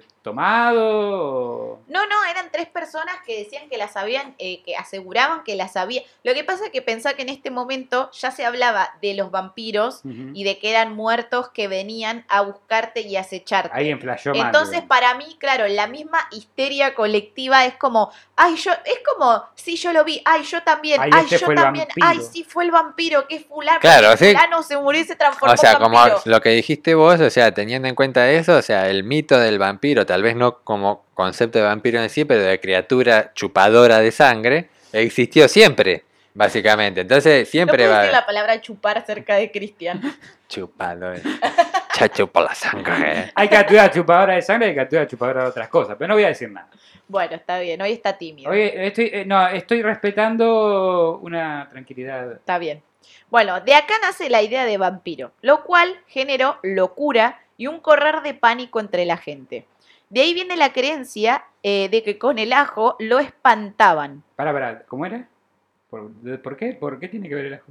tomado? O-
No, no, eran tres personas que decían que las habían, eh, que aseguraban que las había. Lo que pasa es que pensá que en este momento ya se hablaba de los vampiros
Ujú.
y de que eran muertos que venían a buscarte y acecharte.
Ahí enflashó Mandy.
Entonces, para mí, claro, la misma histeria colectiva es como, ay, yo, es como, sí, yo lo vi, ay, yo también,
Ay,
ay,
este fue
yo
el
también,
vampiro".
ay, sí, fue el vampiro, que fulano,
Claro, sí.
fulano se murió y se transformó
O sea,
en
como
vampiro.
lo que dijiste vos, o sea, teniendo en cuenta eso, o sea, el mito del vampiro, tal vez no como concepto de vampiro en sí, pero de criatura chupadora de sangre, existió siempre, básicamente. Entonces,
No
siempre
puedo
va a
decir
haber
la palabra chupar cerca de Cristian.
chupado. eh. Ya chupó la sangre.
Hay captura chupadora de sangre y captura chupadora de otras cosas, pero no voy a decir nada.
Bueno, está bien, hoy está tímido.
Oye, estoy, eh, no, estoy respetando una tranquilidad.
Está bien. Bueno, de acá nace la idea de vampiro, lo cual generó locura y un correr de pánico entre la gente. De ahí viene la creencia eh, de que con el ajo lo espantaban.
Pará, pará, ¿cómo era? ¿Por, de- por qué? ¿Por qué tiene que ver el ajo?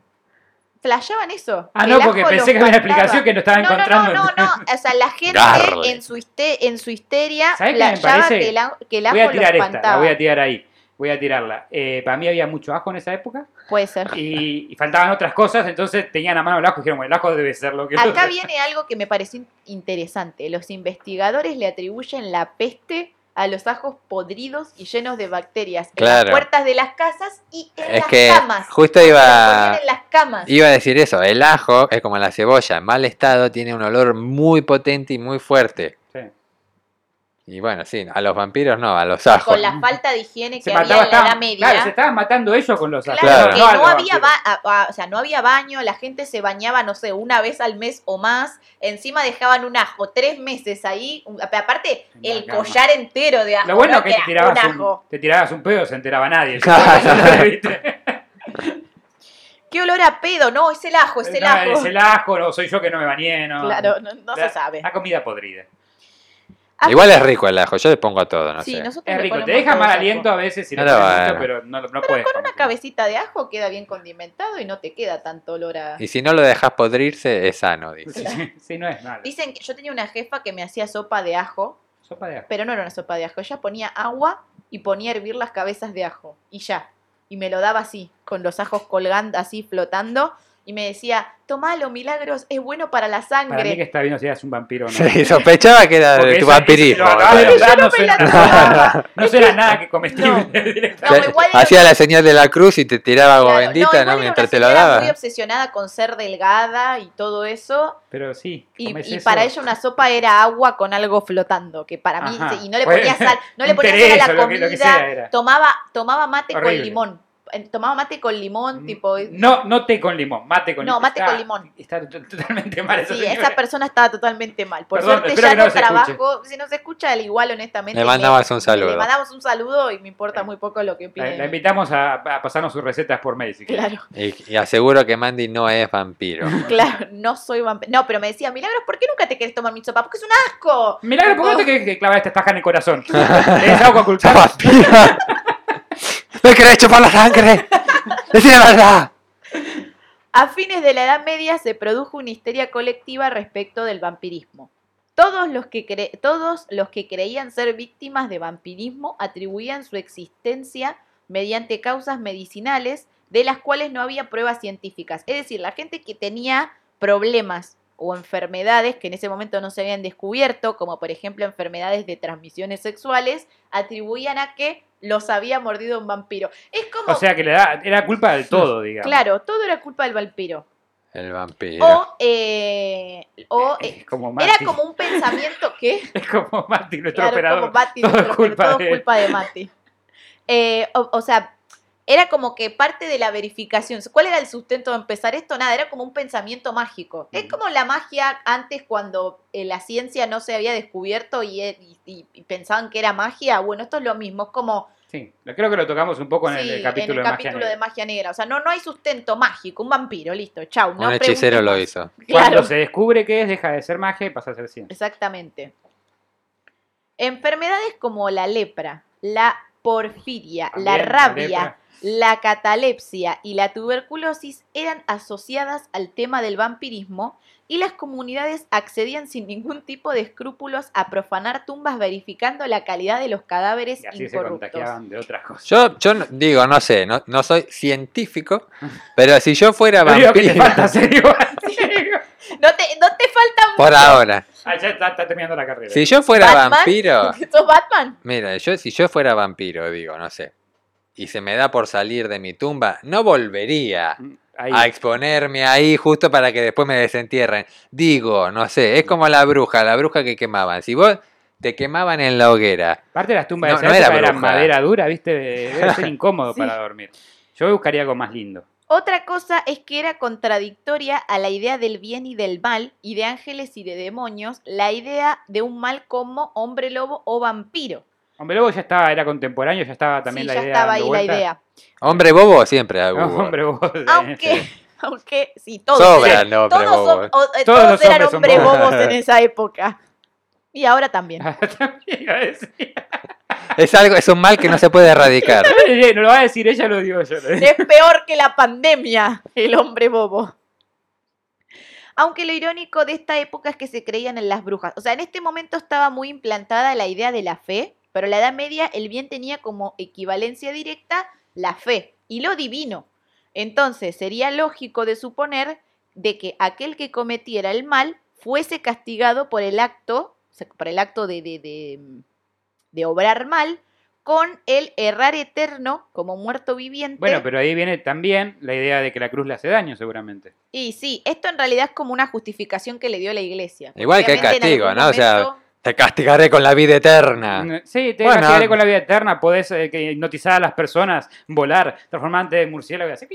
¿Flashaban eso?
Ah,
El
no,
ajo
porque
los
pensé que había una
espantaba.
explicación que no estaba
No,
encontrando.
no, no, no, no. O sea, la gente
Garle.
en su, histe- en su histeria
¿Sabés qué me
flashaba
parece?
que el, a- que el ajo
Voy a tirar
lo
esta,
espantaba.
la voy a tirar ahí. Voy a tirarla. Eh, para mí había mucho ajo en esa época
Puede ser.
y, y faltaban otras cosas, entonces tenían a mano el ajo y dijeron, bueno, el ajo debe ser
[LAUGHS]
lo que...
Acá viene algo que me pareció in- interesante. Los investigadores le atribuyen la peste a los ajos podridos y llenos de bacterias en
Claro.
las puertas de las casas y en [LAUGHS]
Es
las
que
camas.
justo
Lo
iba,
ponían en las camas.
Iba a decir eso, el ajo es como la cebolla, en mal estado, tiene un olor muy potente y muy fuerte.
Sí.
Y bueno, sí, a los vampiros no, a los ajos.
Con la falta de higiene
Se
que había en la
mataba,
Edad
estaban,
Media.
claro, se estaban matando ellos con los ajos.
Claro,
Claro.
que no
a los
había,
vampiros.
ba- a- a- o sea, no había baño, la gente se bañaba, no sé, una vez al mes o más. Encima dejaban un ajo tres meses ahí. un- aparte,
En la
el
cama.
collar entero de ajo.
Lo bueno
¿no?
es que te
era un
tirabas, un,
ajo.
te tirabas un pedo, se enteraba nadie.
Claro.
¿Viste?
¿Qué olor a pedo? No, es el ajo, es Pues el
Eh, No,
ajo. [LAUGHS]
Es el ajo, no, soy yo que no me bañé, no.
Claro, no, no
La- Ah,
se sabe.
La comida podrida.
Igual es rico el ajo, yo le pongo a todo, no
Ah, sí,
sé.
nosotros
Es
le
rico, te
ponemos
deja
todo
mal
ajo.
aliento a veces si lo
Pero
pones mucho,
bueno.
pero no, no puedes.
Con una
comer.
cabecita de ajo queda bien condimentado y no te queda tanto olor a...
Y si no lo dejas podrirse, es sano,
Sí,
dice.
sí, sí, no es malo.
Dicen que yo tenía una jefa que me hacía sopa de ajo,
Sopa de ajo.
pero no era una sopa de ajo. Ella ponía agua y ponía a hervir las cabezas de ajo. Y ya. Y me lo daba así, con los ajos colgando, así flotando. Y me decía, tomalo, milagros, es bueno para la
Para mí que
[LAUGHS] sangre.
está bien si eras un vampiro o no.
[LAUGHS] Sí, sospechaba que era
Porque
de tu
esa-
vampirismo.
esa- lo [LAUGHS] acabas de
o sea.
nombrar, no
me la
será,
acordaba.
no será nada que comestible.
No.
[LAUGHS] directamente.
No, igual era-
Hacía la señal de la cruz y te tiraba agua
Claro,
bendita,
igual
¿no?
era una
Mientras te lo
señora
daba.
muy obsesionada con ser delgada y todo eso.
Pero sí.
Y,
comes
y
eso.
para ella una sopa era agua con algo flotando, que para mí,
Ajá.
y no le
Pues,
ponía sal, no le
un
ponía
tereso,
sal a la
lo que-
comida,
lo que sea era.
tomaba, tomaba mate
Horrible. Mm,
con limón, eh, tomaba mate con limón, tipo, eh,
No, no té con limón, mate con
No,
limón.
mate
Está-
con
[LAUGHS]
limón.
Está to- totalmente mal esa
sí,
señora.
esa persona estaba totalmente mal. Por
Perdón,
suerte
espero
ya
que no
no,
se
trabajo, si no se escucha, al igual honestamente.
Le
me-
mandabas un saludo.
Le mandamos un saludo y me importa muy poco lo que
La,
opinen.
la invitamos a, a pasarnos sus recetas por mail, si quieres.
Claro,
Y, y aseguro que Mandy no es [LAUGHS] vampiro.
claro, no soy vampiro. No, pero me decía, Milagros, ¿por qué nunca te querés tomar mi sopa? Porque es un asco.
Milagro, ¿por qué no te querés que clavar esta estaja en
[LAUGHS]
el corazón? ¿Es algo
¡Sos
ocultado?
vampiro! [LAUGHS] ¡Me querés chupar la sangre! ¡Decí la verdad!
A fines de la Edad Media se produjo una histeria colectiva respecto del vampirismo. Todos los, que cre- todos los que creían ser víctimas de vampirismo atribuían su existencia mediante causas medicinales de las cuales no había pruebas científicas. Es decir, la gente que tenía problemas o enfermedades que en ese momento no se habían descubierto, como por ejemplo enfermedades de transmisiones sexuales, atribuían a que los había mordido un vampiro. Es como,
O sea que le da, era culpa [LAUGHS] del todo, digamos.
claro, todo era culpa del vampiro.
El vampiro.
O, eh, o eh,
Es como Mati.
era como un pensamiento que
[LAUGHS] Es como Mati, nuestro
claro,
operador.
como Mati,
Todo
nuestro-
es culpa
todo
de él.
culpa de Mati. Eh, o, o sea, era como que parte de la verificación. ¿Cuál era el sustento de empezar esto? Nada, era como un pensamiento mágico. Es como la magia antes cuando eh, la ciencia no se había descubierto y, eh, y- y- y pensaban que era magia. Bueno, esto es lo mismo, es como
Sí, lo- creo que lo tocamos un poco en
sí,
el, capítulo de Magia
capítulo
Negra.
de magia negra. O sea, no, no hay sustento mágico, un vampiro, listo, chau. no
un hechicero
pregunten
lo
más.
hizo.
[LAUGHS]
Cuando
Claro.
se descubre que es, deja de ser magia y pasa a ser ciencia.
Exactamente. Enfermedades como la lepra, la porfiria, la
También, la
rabia,
lepra.
la catalepsia y la tuberculosis eran asociadas al tema del vampirismo y las comunidades accedían sin ningún tipo de escrúpulos a profanar tumbas verificando la calidad de los cadáveres
Y así se
incorruptos.
contagiaban de otras [LAUGHS] cosas.
Yo, yo no- digo, no sé, no, no soy científico, pero si yo fuera
Lo único que te
vampiro,
falta [LAUGHS] hacer igual.
No te, no te faltan
por ahora,
Ah, ya está, está terminando la carrera.
si yo fuera
Batman.
vampiro,
[LAUGHS] ¿Sos Batman?
mira, yo si yo fuera vampiro, digo, no sé, y se me da por salir de mi tumba, no volvería
Mm, Ahí.
a exponerme ahí justo para que después me desentierren. Digo, no sé, es como la bruja, la bruja que quemaban. Si vos te quemaban en la hoguera,
Parte de las tumbas
No,
de esa
no era
época eran
bruja.
madera dura, ¿viste? Debe [LAUGHS] ser incómodo
Sí.
para dormir. Yo buscaría algo más lindo.
Otra cosa es que era contradictoria a la idea del bien y del mal, y de ángeles y de demonios, la idea de un mal como hombre lobo o vampiro.
Hombre Lobo ya estaba, era contemporáneo, ya estaba también
sí,
la
ya
idea.
estaba ahí
dando
la
vueltas.
idea.
hombre bobo siempre
No,
hubo.
hombre Lobo.
Aunque, [LAUGHS] aunque, sí, todos eran,
Sobran hombres
todos, son-
bobos.
o- eh,
Todos
todos
los
eran
hombres son
hombres
bobos.
bobos en esa época. Y ahora también. [LAUGHS]
También iba a decir.
Es algo, es un mal que no se puede erradicar.
[LAUGHS]
Eh, No lo va a decir ella, lo digo yo.
Es peor que la pandemia, el hombre bobo. Aunque lo irónico de esta época es que se creían en las brujas. O sea, en este momento estaba muy implantada la idea de la fe, pero en la Edad Media el bien tenía como equivalencia directa la fe y lo divino. Entonces, sería lógico de suponer de que aquel que cometiera el mal fuese castigado por el acto, o sea, por el acto de, de- de- de obrar mal, con el errar eterno como muerto viviente.
Bueno, pero ahí viene también la idea de que la cruz le hace daño, seguramente.
Y sí, esto en realidad es como una justificación que le dio la iglesia.
Igual que el
Obviamente, en
castigo,
algún
¿no? O sea, [LAUGHS]
momento-
Te castigaré con la vida eterna.
Mm, Sí, te
Ah. Bueno.
castigaré con la vida eterna, podés eh, que hipnotizar a las personas, volar, transformarte en murciélago y hacer-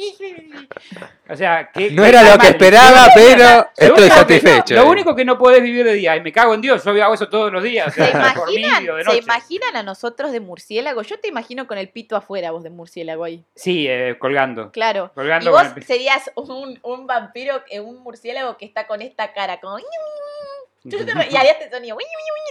O sea, que...
No
que
era
está
lo que
mal.
esperaba, pero estoy
único que-
satisfecho.
Lo único que no podés vivir de día, y me cago en Dios, yo hago eso todos los días. o
¿Se
sea, dormido,
imaginan,
de
¿Se
noche.
imaginan a nosotros de murciélago? Yo te imagino con el pito afuera, vos de murciélago ahí.
Sí, eh, colgando.
Claro. Y
Colgando
vos
con el pi-
serías un, un vampiro, eh, un murciélago que está con esta cara, como... Yo te- Y haría este sonido,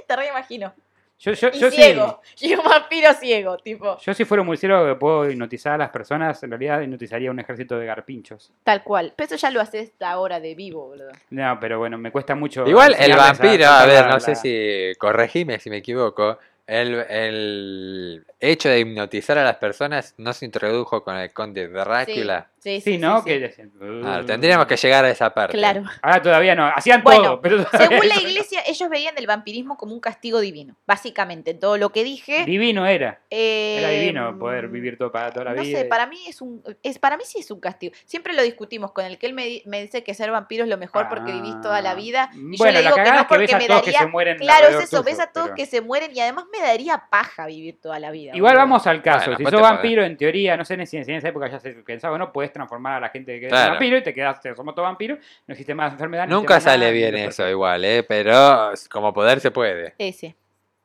te re imagino.
Yo, yo,
Y
yo sí.
ciego, [LAUGHS] y un vampiro ciego, tipo,
Yo si fuera un murciélago que puedo hipnotizar a las personas, en realidad hipnotizaría un ejército de garpinchos.
tal cual. Pero eso ya lo haces ahora de vivo, boludo.
No, pero bueno, me cuesta mucho.
Igual el
enseñarles
vampiro,
sacar
a ver,
la-
no
la-
sé si, corregime si me equivoco, el, el hecho de hipnotizar a las personas no se introdujo con el conde Drácula.
Sí,
Sí, ¿no? Que decían,
Ah,
"Uh".
tendríamos que llegar a esa parte.
Claro.
Ahora todavía no, hacían
Bueno,
todo. Pero todavía
Según la
eso-
iglesia, ellos veían el vampirismo como un castigo divino. Básicamente, todo lo que dije.
[LAUGHS] Divino era.
eh,
Era divino poder vivir todo para toda la
No
vida.
sé, para mí es un es para mí sí es un castigo. Siempre lo discutimos con el que él me, di- me dice que ser vampiro es lo mejor porque vivís toda la vida. Y
Ah, bueno,
yo le
la
digo que
cagada es
no
que ves
porque
a
me
todos que se
daría.
mueren
Claro, es
alrededor
eso,
tuyo,
ves a todos
pero-
que se mueren y además me daría paja vivir toda la vida.
Igual
boludo.
vamos al caso.
Bueno,
si
pues
sos
te podés.
vampiro, en teoría, no sé ni si en esa época ya se pensaba o no, puedes transformar a la gente que es
Claro.
vampiro y te quedaste, somos todos vampiros, no existe más enfermedad. no
Nunca
existe más
sale
nada,
bien
no te-
eso igual, ¿eh? Pero como poder se puede.
Ese,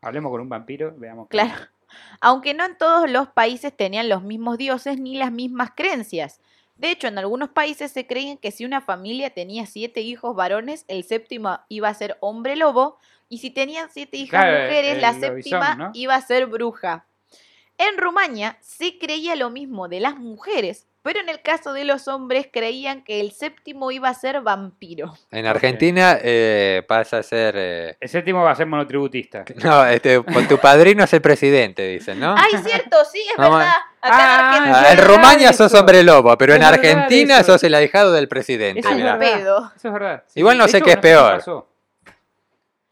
Hablemos con un vampiro, veamos. qué-
claro. Aunque no en todos los países tenían los mismos dioses ni las mismas creencias. De hecho, en algunos países se creían que si una familia tenía siete hijos varones, el séptimo iba a ser hombre lobo, y si tenían siete hijas
Claro,
mujeres,
el
la
lobizón,
séptima
¿no?
iba a ser bruja. En Rumania se creía lo mismo de las mujeres, pero en el caso de los hombres creían que el séptimo iba a ser vampiro.
En
Ok.
Argentina eh, pasa a ser... eh, [LAUGHS]
El séptimo va a ser monotributista.
no, este, tu padrino es el presidente, dicen, ¿no?
¡Ay, cierto! Sí, es
Vamos a-
verdad. Acá en
Ah,
Argentina-
Ah, en
verdad
Rumania sos
eso.
hombre lobo, pero
Es
en
verdad
Argentina
eso.
sos el ahijado del presidente.
Eso es
mirá.
Al
verdad.
pedo.
Eso es verdad.
Igual no
De
sé
hecho,
qué es
no sé
peor.
pasó.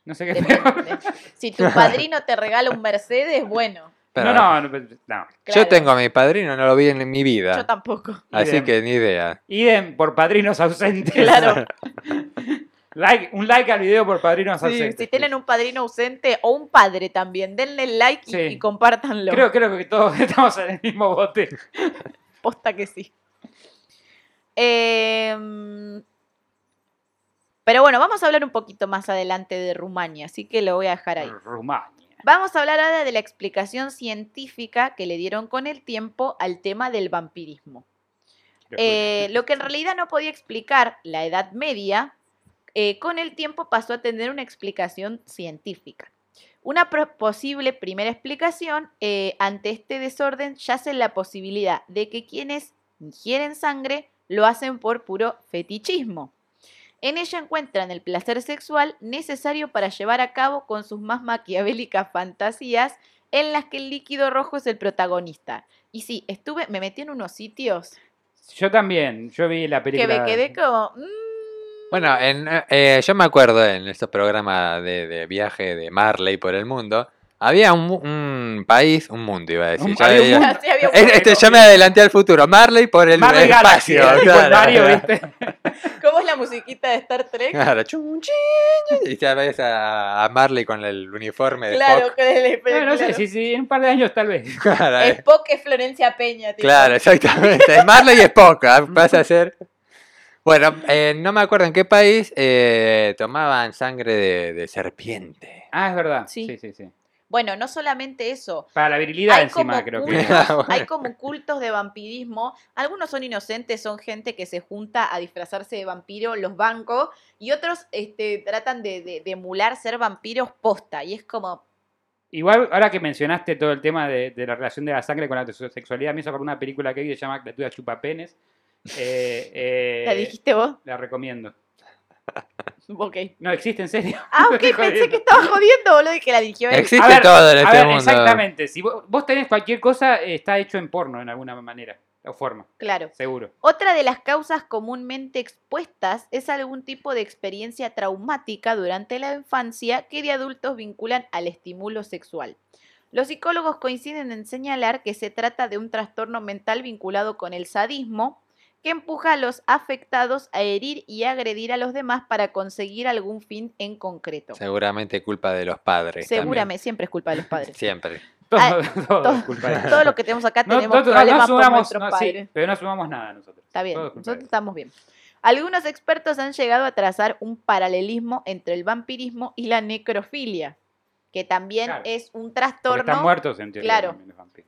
No sé qué es peor. [LAUGHS]
Depende. Si tu padrino te regala un Mercedes, bueno.
[LAUGHS] No,
Pero-
no, no, pero- no.
claro.
Yo tengo a mi padrino, no lo vi en mi
Yo
vida.
tampoco. [LAUGHS]
Así
Idem.
que ni idea.
Idem por padrinos ausentes.
Claro.
[LAUGHS] Like, un like al video por padrinos
Sí,
ausentes.
si tienen un padrino ausente o un padre también, denle like y,
Sí.
y compártanlo.
Creo, creo que todos [LAUGHS] estamos en el mismo bote.
Posta que sí. Em, pero bueno, vamos a hablar un poquito más adelante de Rumania, así que lo voy a dejar
Mm.
ahí.
Rumania.
Vamos a hablar ahora de la explicación científica que le dieron con el tiempo al tema del vampirismo. Eh, lo que en realidad no podía explicar la Edad Media, eh, con el tiempo pasó a tener una explicación científica. Una pro- posible primera explicación eh, ante este desorden yace en la posibilidad de que quienes ingieren sangre lo hacen por puro fetichismo. En ella encuentran el placer sexual necesario para llevar a cabo con sus más maquiavélicas fantasías en las que el líquido rojo es el protagonista. Y sí, estuve, me metí en unos sitios
Yo también, yo vi la
que
película.
me quedé como...
[LAUGHS]
mm, [LAUGHS]
Bueno, en, eh, eh, yo me acuerdo en estos programas de, de viaje de Marley por el mundo, había un, mu- un país, un mundo iba a decir.
Un-
ya
había un
veía-
mundo.
así había un
Es- este, yo me adelanté al futuro. Marley por el
Marvel
[LAUGHS]
Galaxy,
espacio.
el
claro.
secundario, ¿viste?
¿Cómo es la musiquita de Star Trek?
Claro, chun, chin, chin, y ya ves a, a Marley con el uniforme
[LAUGHS]
de
Claro,
Eh, Spock.
con el-
Ah, No, no sé,
claro.
sí, sí, en un par de años tal vez.
Claro, eh.
Spock es Florencia Peña. tipo.
Claro, exactamente. Es Marley y Spock. ¿ah? Pasa a ser. Bueno, eh, no me acuerdo en qué país eh, tomaban sangre de, de serpiente.
Ah, es verdad.
Sí.
Sí, sí, sí.
Bueno, no solamente eso.
Para la virilidad
Hay
encima,
como
creo
un-
[LAUGHS]
que. era.
Ah, Bueno,
Hay como cultos de vampirismo. Algunos son inocentes, son gente que se junta a disfrazarse de vampiro, los bancos, y otros este, tratan de, de- de emular ser vampiros posta. Y es como,
Igual, ahora que mencionaste todo el tema de, de la relación de la sangre con la sexualidad, me hizo acordar una película que vi que se llama Criaturas Chupapenes. Eh, eh,
¿la dijiste vos? [LAUGHS]
la recomiendo. [LAUGHS]
Ok.
No, existe, en serio. [LAUGHS]
Ah, ok,
Estoy
pensé
jodiendo.
que estaba jodiendo, boludo, y que la dirigió él.
Existe
A ver,
todo en
A
este
ver,
mundo.
exactamente. Si vos, vos tenés cualquier cosa, eh, está hecho en porno en alguna manera o forma,
Claro.
seguro.
Otra de las causas comúnmente expuestas es algún tipo de experiencia traumática durante la infancia que de adultos vinculan al estímulo sexual. Los psicólogos coinciden en señalar que se trata de un trastorno mental vinculado con el sadismo que empuja a los afectados a herir y agredir a los demás para conseguir algún fin en concreto.
Seguramente culpa de los padres. también.
Seguramente, siempre es culpa de los
[LAUGHS]
padres.
Siempre.
Todo,
Ah,
todo, [LAUGHS]
todo-
es
[LAUGHS]
culpa de-
Todo lo que tenemos acá
No,
tenemos
no, no, no
problemas por
sumamos-
nuestros
no, sí,
padres.
pero no sumamos nada nosotros.
Está bien,
Todo es culpa de
nosotros estamos bien. Algunos expertos han llegado a trazar un paralelismo entre el vampirismo y la necrofilia, que también
Claro.
es un
Porque están
trastorno.
muertos en teoría.
Claro.
también los vampiros.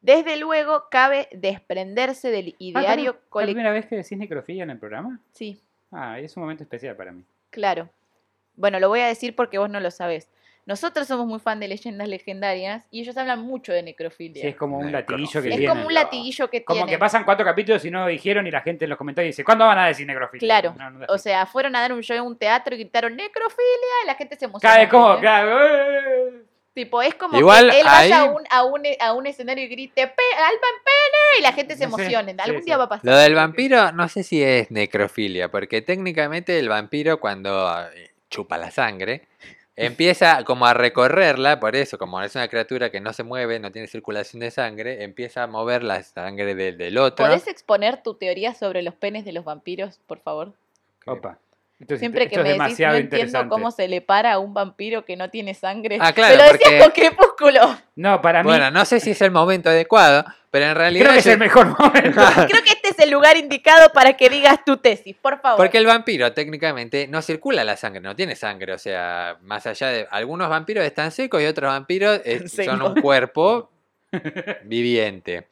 Desde luego, cabe desprenderse del
Ah,
ideario
¿Es la
colectivo.
primera vez que decís necrofilia en el programa?
Sí,
Ah, es un momento especial para mí.
claro. Bueno, lo voy a decir porque vos no lo sabés. Nosotros somos muy fan de leyendas legendarias y ellos hablan mucho de necrofilia.
Sí, es como un
Necrofilia.
latillo que
es
tiene.
como un latiguillo que
Como
tienen.
que pasan cuatro capítulos y no dijeron y la gente en los comentarios dice, ¿cuándo van a decir necrofilia?
Claro.
No, no da-
O sea, fueron a dar un show en un teatro y gritaron necrofilia y la gente se emocionó.
Cada vez como, ¡eh!
¿entendés?
cada-
Tipo, es como
Igual
que él vaya a
ahí-
un, a, un, a un escenario y grite "Pe- ¡Alba en pene! Y la gente se
No sé,
emocione.
sí,
Algún
sí.
día va a pasar.
Lo del vampiro, no sé si es necrofilia, porque técnicamente el vampiro cuando eh, chupa la sangre, empieza como a recorrerla, por eso, como es una criatura que no se mueve, no tiene circulación de sangre, empieza a mover la sangre del, del otro.
¿Podés exponer tu teoría sobre los penes de los vampiros, por favor?
Opa. Esto es-
Siempre que
esto
me
es
decís,
demasiado
no
interesante.
entiendo cómo se le para a un vampiro que no tiene sangre.
Ah, claro,
Me lo decías
porque-
con crepúsculo. [LAUGHS]
[LAUGHS]
No, para mí,
Bueno, no sé si es el momento adecuado, pero en realidad...
creo que es
yo-
el mejor [LAUGHS] momento.
Creo que este es el lugar indicado para que digas tu tesis, por favor.
Porque el vampiro técnicamente no circula la sangre, no tiene sangre, o sea, más allá de algunos vampiros están secos y otros vampiros
[LAUGHS]
eh, son
Secos.
un
[LAUGHS]
cuerpo viviente.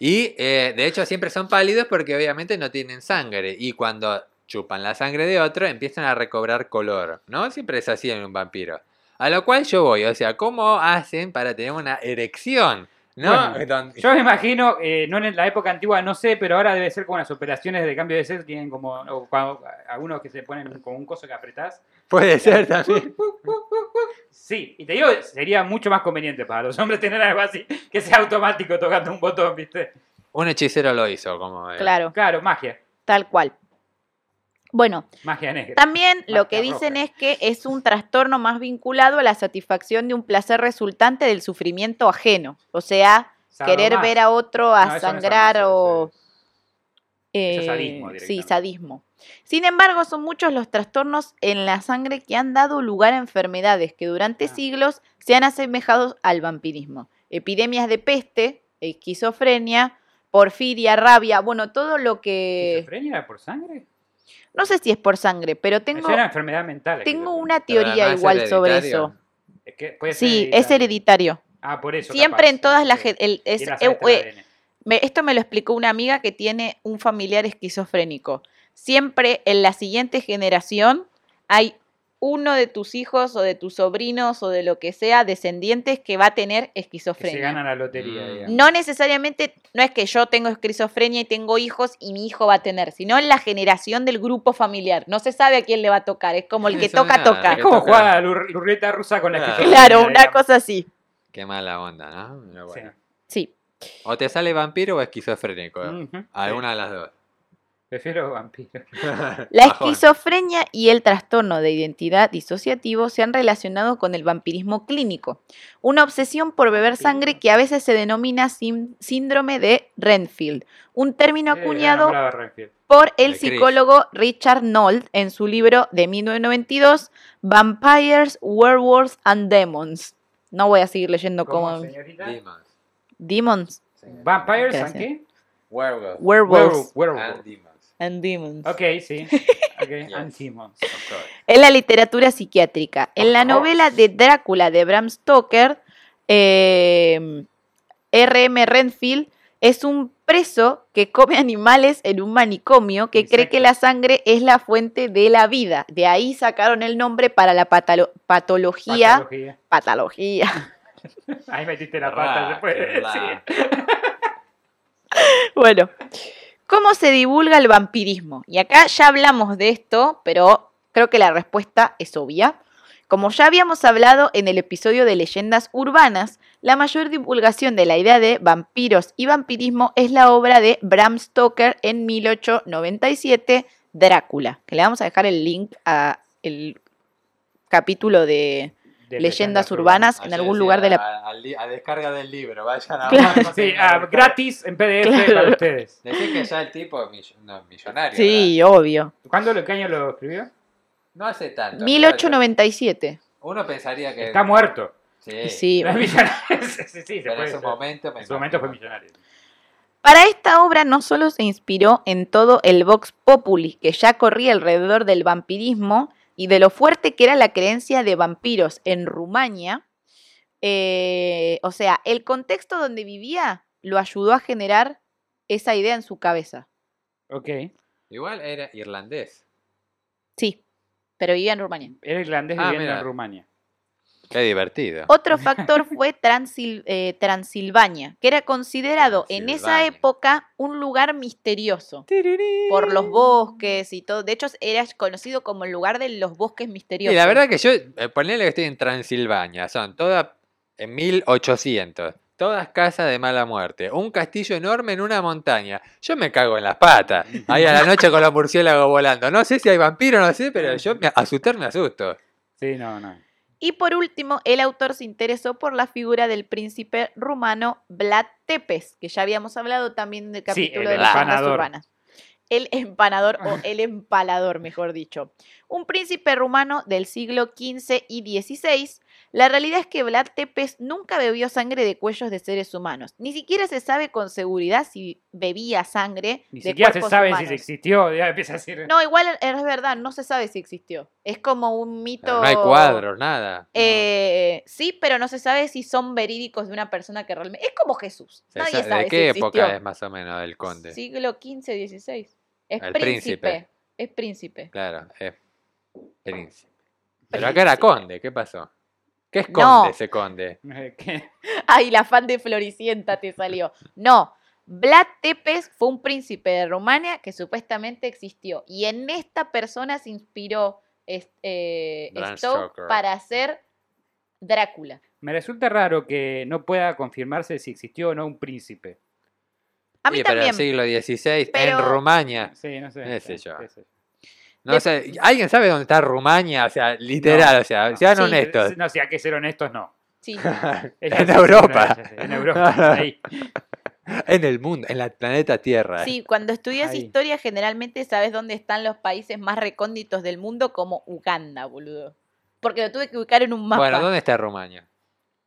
Y eh, de hecho siempre son pálidos porque obviamente no tienen sangre y cuando chupan la sangre de otro empiezan a recobrar color, ¿no? Siempre es así en un vampiro. A lo cual yo voy, o sea, ¿cómo hacen para tener una erección? ¿No?
Bueno,
Don-
Yo me imagino, eh, no en la época antigua, no sé, pero ahora debe ser como las operaciones de cambio de sexo, tienen como o cuando- algunos que se ponen con un coso que apretás.
[LAUGHS] Puede
[LAUGHS]
ser también.
Sí, y te digo, sería mucho más conveniente para los hombres tener algo así, que sea automático tocando un botón, ¿viste?
Un hechicero lo hizo, como... eh,
Claro,
Claro, magia,
tal cual. Bueno,
magia negra.
También lo que
Magia roja.
dicen es que es un trastorno más vinculado a la satisfacción de un placer resultante del sufrimiento ajeno. O sea, querer ver a otro
Ah,
a sangrar o...
Eso es
eh,
sadismo
sí,
directamente.
sadismo. Sin embargo, son muchos los trastornos en la sangre que han dado lugar a enfermedades que durante
Ah.
siglos se han asemejado al vampirismo. Epidemias de peste, esquizofrenia, porfiria, rabia, bueno, todo lo que...
¿Esquizofrenia era por sangre?
No sé si es por sangre, pero
Tengo,
tengo...
era enfermedad mental. la
Tengo
esquizofrenia.
una
pero
teoría
además
igual sobre
hereditario.
eso.
Es que puede ser
Sí, es hereditario.
Ah, por eso.
Siempre
capaz,
en todas
sí,
las...
sí.
gen- el- es-
Y la
eh,
sangre está en
eh,
el ADN.
me- esto me lo explicó una amiga que tiene un familiar esquizofrénico. Siempre en la siguiente generación hay uno de tus hijos o de tus sobrinos o de lo que sea, descendientes, que va a tener
Que se
esquizofrenia.
gana la lotería,
Mm.
digamos.
No necesariamente, no es que yo tengo esquizofrenia y tengo hijos y mi hijo va a tener, sino en la generación del grupo familiar. No se sabe a quién le va a tocar, es como el que
Eso
toca,
es nada,
toca.
Es como
toca.
jugar a la lur- ruleta rusa con la [LAUGHS]
Claro.
esquizofrenia,
Claro, una
digamos.
cosa así.
Qué mala onda, ¿no? Pero
Sí.
bueno.
Sí.
O te sale vampiro o esquizofrénico.
Ujú.
Alguna de las dos.
Prefiero Eh, vampiro. [LAUGHS]
La
Bajón.
esquizofrenia y el trastorno de identidad disociativo se han relacionado con el vampirismo clínico, una obsesión por beber sangre que a veces se denomina sim- síndrome de Renfield, un término
Eh,
acuñado
nombraba Renfield.
por el
De Chris.
psicólogo Richard Nold en su libro de 1992, Vampires, Werewolves and Demons. No voy a seguir leyendo
¿Cómo,
como
señorita?
Demons.
Demons,
¿Vampires and
Gracias.
qué?
Werewolves.
Werewolves
Werewolf. werewolf.
And demons.
and Demons.
Ok,
[LAUGHS]
sí. Ok,
[LAUGHS] Yes.
and demons.
of course.
En la literatura psiquiátrica. En la
Ajá.
novela de Drácula de Bram Stoker, eh, R.M. Renfield es un preso que come animales en un manicomio que cree que
Exacto.
la sangre es la fuente de la vida. De ahí sacaron el nombre para la patalo- patología.
Patología.
Patología.
Ahí metiste la pata
Ra,
después.
que ra.
Sí.
bueno, ¿cómo se divulga el vampirismo? Y acá ya hablamos de esto, pero creo que la respuesta es obvia. Como ya habíamos hablado en el episodio de leyendas urbanas, la mayor divulgación de la idea de vampiros y vampirismo es la obra de Bram Stoker en 1897, Drácula, que le vamos a dejar el link a el capítulo de
De
Leyendas urbanas. en
Así
algún
es,
lugar
a,
de la-
A, al li- a descarga del
[LAUGHS]
libro, vayan a
urbanas.
Amazon,
Sí,
señores.
ah, gratis en PDF para
Claro.
ustedes.
Decís que ya el tipo es millo- no, millonario.
Sí, obvio.
¿Cuándo lo qué año lo escribió?
Eh, ¿verdad? No hace tanto.
1897.
Uno pensaría que.
Está muerto.
Sí,
Sí,
No es [LAUGHS] millonario. Sí, sí, sí, se
Pero en
puede
ese
ser.
momento. me
En su momento fue
imagino.
millonario.
Para esta obra no solo se inspiró en todo el Vox Populi que ya corría alrededor del vampirismo y de lo fuerte que era la creencia de vampiros en Rumania, eh, o sea, el contexto donde vivía lo ayudó a generar esa idea en su cabeza.
Ok.
Igual era irlandés.
Sí, pero vivía en Rumania.
Era irlandés
Ah,
viviendo
mira.
en Rumania.
Qué divertido.
Otro factor fue Transil- eh, Transilvania, que era considerado en esa
Transilvania.
época un lugar misterioso. por
[LAUGHS]
los bosques y todo. De hecho, era conocido como el lugar de los bosques misteriosos.
Y la verdad que yo, eh, ponele que estoy en Transilvania, son todas en 1800, todas casas de mala muerte, un castillo enorme en una montaña. Yo me cago en las patas, ahí a la noche con los murciélagos volando. No sé si hay vampiros, no sé, pero yo me, asustar me asusto.
Sí, no, no.
Y por último, el autor se interesó por la figura del príncipe rumano Vlad Tepes, que ya habíamos hablado también del capítulo de
el
las leyendas
empanador.
urbanas. El empanador
[LAUGHS]
o el empalador, mejor dicho. Un príncipe rumano del siglo XV y XVI. La realidad es que Vlad Tepes nunca bebió sangre de cuellos de seres humanos. Ni siquiera se sabe con seguridad si bebía sangre
Ni
de
siquiera se
cuerpos
sabe si
humanos.
se existió. Ya empieza a decir.
No, igual e, es verdad, no se sabe si existió. Es como un mito.
No hay cuadros, nada.
Eh, sí, pero no se sabe si son verídicos de una persona que realmente. Es como Jesús.
Se
Nadie
sa-
sabe
¿De qué
si
época
existió.
es más o menos del conde?
Siglo XV, XVI. Es príncipe.
El príncipe.
Es príncipe. [LAUGHS]
Claro, es príncipe. Pero acá era conde, ¿qué pasó? ¿Qué es
No.
conde ese conde?
[LAUGHS] ¿Qué?
Ay, la fan de Floricienta te salió. No. Vlad Tepes fue un príncipe de Rumania que supuestamente existió. Y en esta persona se inspiró es- eh,
Bram
Stoke
Stoker.
para hacer Drácula.
Me resulta raro que no pueda confirmarse si existió o no un príncipe.
A mí
Sí, pero en
también.
el siglo XVI, en
Pero-
Rumania.
Sí, no sé.
Ah, Qué sé yo.
qué sé yo.
No
De-
sé, ¿alguien sabe dónde está Rumania? O sea, literal, o sea,
no.
sean
Sí.
honestos.
No, si hay que ser honestos,
[LAUGHS]
no.
Sí.
Ella
En
sí,
Europa.
ella sí, En Europa.
[LAUGHS]
ahí.
En el mundo, en el planeta Tierra.
Sí, cuando estudias
Ahí.
historia generalmente sabes dónde están los países más recónditos del mundo como Uganda, boludo. Porque lo tuve que ubicar en un mapa.
Bueno, ¿dónde está Rumania?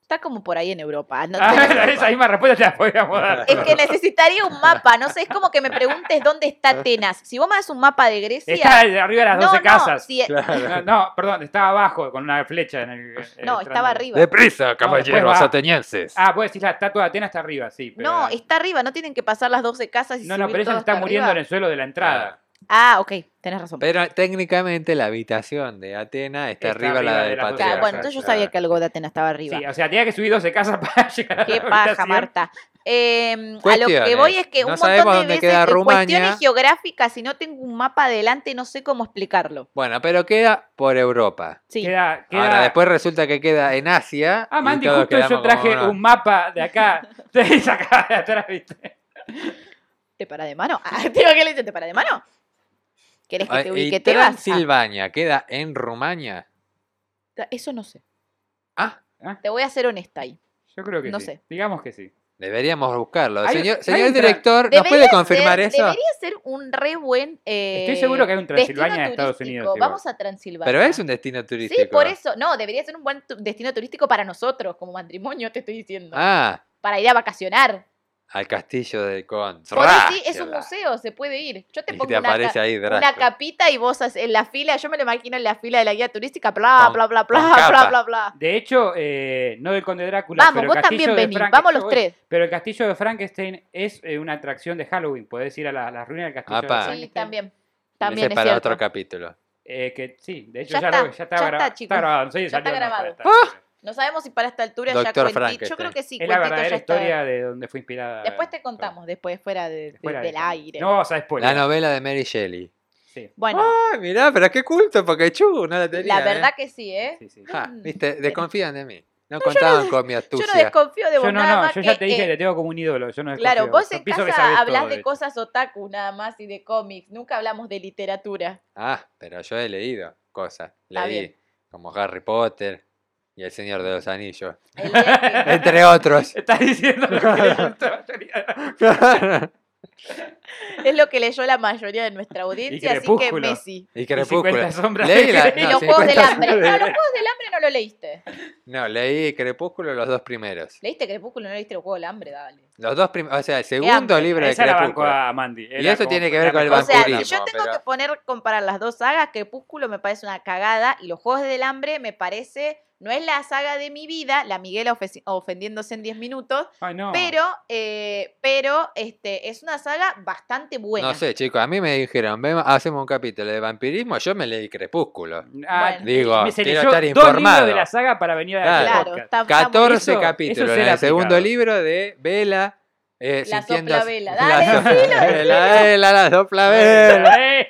Está como por ahí en Europa.
[LAUGHS]
no
Ah,
sé.
esa misma respuesta te la podríamos dar.
Es
[LAUGHS]
que necesitaría un mapa, no sé, es como que me preguntes dónde está Atenas. Si vos me das un mapa de Grecia...
Está arriba de las
no,
12
no,
casas.
si-
No, no, perdón, estaba abajo con una flecha en el. en
no,
el
estaba
tren.
arriba.
Deprisa,
después
caballeros
va.
atenienses.
Ah, vos decís la estatua de Atenas está arriba, sí. Pero,
este No, está arriba, no tienen que pasar las 12 casas y
no, no,
subir
pero ella se
todos
está
hasta
muriendo en
arriba.
el suelo de la entrada.
Ah, ok, tenés razón.
Pero técnicamente la habitación de Atena está,
Está
arriba de
arriba
la
de
del
las dos
Claro,
patriarca.
bueno, entonces yo sabía que algo de Atena estaba arriba.
Sí, o sea, tenía que subir 12 casas [LAUGHS] para llegar a
[LAUGHS]
Qué
la
paja,
habitación.
Marta. Eh, a lo que
Cuestiones.
voy es que
No
un
sabemos
montón de
dónde
veces
queda
eh,
Rumania.
cuestiones geográficas, si no tengo un mapa adelante, no sé cómo explicarlo.
Bueno, pero queda por Europa.
Sí.
Queda, queda-
Ahora, después resulta que queda en Asia.
Ah,
y
Mandy,
todos
justo yo
quedamos
traje
como,
un mapa de acá.
[LAUGHS]
[LAUGHS] Tenés acá de atrás, ¿viste?
¿Te para de mano? [LAUGHS] Ah, te iba que le dice, ¿te para de mano? ¿Querés que
"Ah,
te
Y
ubique te vas? Ah,
Transilvania queda en Rumania.
ta- eso no sé.
Ah,
Te voy a ser honesta ahí.
Yo creo que
No
sí.
sé.
Digamos que sí.
deberíamos buscarlo.
Hay-
señor
hay
señor
un tra-
director, ¿nos puede
Debería
confirmar
ser-
eso?
Debería ser un re buen. eh,
Estoy seguro que hay un Transilvania
destino
de Estados
turístico.
Unidos, igual.
Vamos a Transilvania.
Pero es un destino turístico.
Sí, por eso. No, debería ser un buen tu- destino turístico para nosotros, como matrimonio, te estoy diciendo.
Ah,
Para ir a vacacionar.
al castillo del Con.
Por ahí sí, es un
Drácula.
museo, se puede ir. Yo te
Y
pongo
te
una, ca-
aparece ahí
una
Drácula.
capita y vos haces- en la fila, yo me lo imagino en la fila de la guía turística, bla,
Con-
bla, bla,
con
bla, [LAUGHS] bla,
capa.
bla, bla, bla.
De hecho, eh, no del Conde Drácula,
Vamos,
pero
vos
el castillo
también
de
venís,
Frank-
vamos
Yo
los
voy.
tres.
Pero el castillo de Frankenstein es eh, una atracción de Halloween. Podés ir a la- las ruinas del castillo
Apa.
de
Ah.
Sí,
Frankenstein.
también.
Ese
También
es
es
para
cierto.
otro capítulo.
Eh, que, sí, de hecho
Ya
ya,
está,
lo- ya está,
ya
gra-
está, chicos.
grabado. Sí,
Ya
salió,
está
no,
grabado. ¡Ah!
está grabado.
No sabemos si para esta altura
Doctor este.
ya cuentito. Yo
Frankenstein.
creo que sí,
Es la
cuentito ya
verdadera
está.
historia de donde fue inspirada.
Después te contamos, después fuera, de- de-
Fuera de-
del aire.
No Ah, vamos a
La
spoiler.
novela de Mary Shelley.
Sí,
Bueno,
Ay, mirá, pero qué culto, porque Chu no la tenía.
la
¿eh?
verdad que sí, ¿eh?
sí, sí.
Ja,
Mm,
viste, desconfían de mí.
yo no
No contaban
des-
con
[LAUGHS]
mi
Yo
astucia.
no desconfío de vos
Yo no,
nada
no,
más
yo ya
que,
te dije
eh,
que te tengo como un ídolo. Yo no
Claro,
desconfío.
vos en
Pienso que
casa
sabés
hablas
todo,
de,
hecho.
cosas otaku nada más y de cómics, nunca hablamos de literatura.
Ah, pero yo he leído cosas.
Está
Leí
bien.
como Harry Potter y El Señor de los Anillos, [LAUGHS]
El Elfin.
[LAUGHS]
entre otros. [LAUGHS]
Estás diciendo lo que le gustó a la mayoría.
es lo que leyó la mayoría de nuestra audiencia, así que
Crepúsculo.
Messi.
y
Y
Crepúsculo.
50 sombras
Leí
de
la-
Y
Grey.
no,
los Juegos del
50
Hambre. No, los
[LAUGHS]
Juegos del Hambre no lo leíste.
No, leí Crepúsculo los dos primeros.
Leíste Crepúsculo, no leíste los Juegos del Hambre, dale.
Los dos primeros, o sea, el segundo libro de
Esa la banco
Crepúsculo.
a Mandy.
Y eso tiene que ver con el
O sea,
Vampirismo,
si yo tengo
pero-
que poner, comparar las dos sagas, Crepúsculo me parece una cagada y los Juegos del Hambre me parece, no es la saga de mi vida, la Miguela ofe- ofendiéndose en 10 minutos,
Ay, no.
pero, eh, pero este, es una saga bastante buena.
No sé, chicos, a mí me dijeron, "Ve, hacemos un capítulo de vampirismo, yo me leí Crepúsculo.
Ah,
Bueno.
Digo,
me se
quiero
leyó
estar
dos libros
informado.
de la saga para venir a
Claro.
este
Claro,
podcast.
está, está muy bien.
14
Eso-
capítulos
eso
en
será
el segundo
picado.
libro de Vela. Eh,
La
sintiendo-
soplavela. Dale,
[LAUGHS] la
decilo,
soplavela, Vela, la soplavela.
Eh,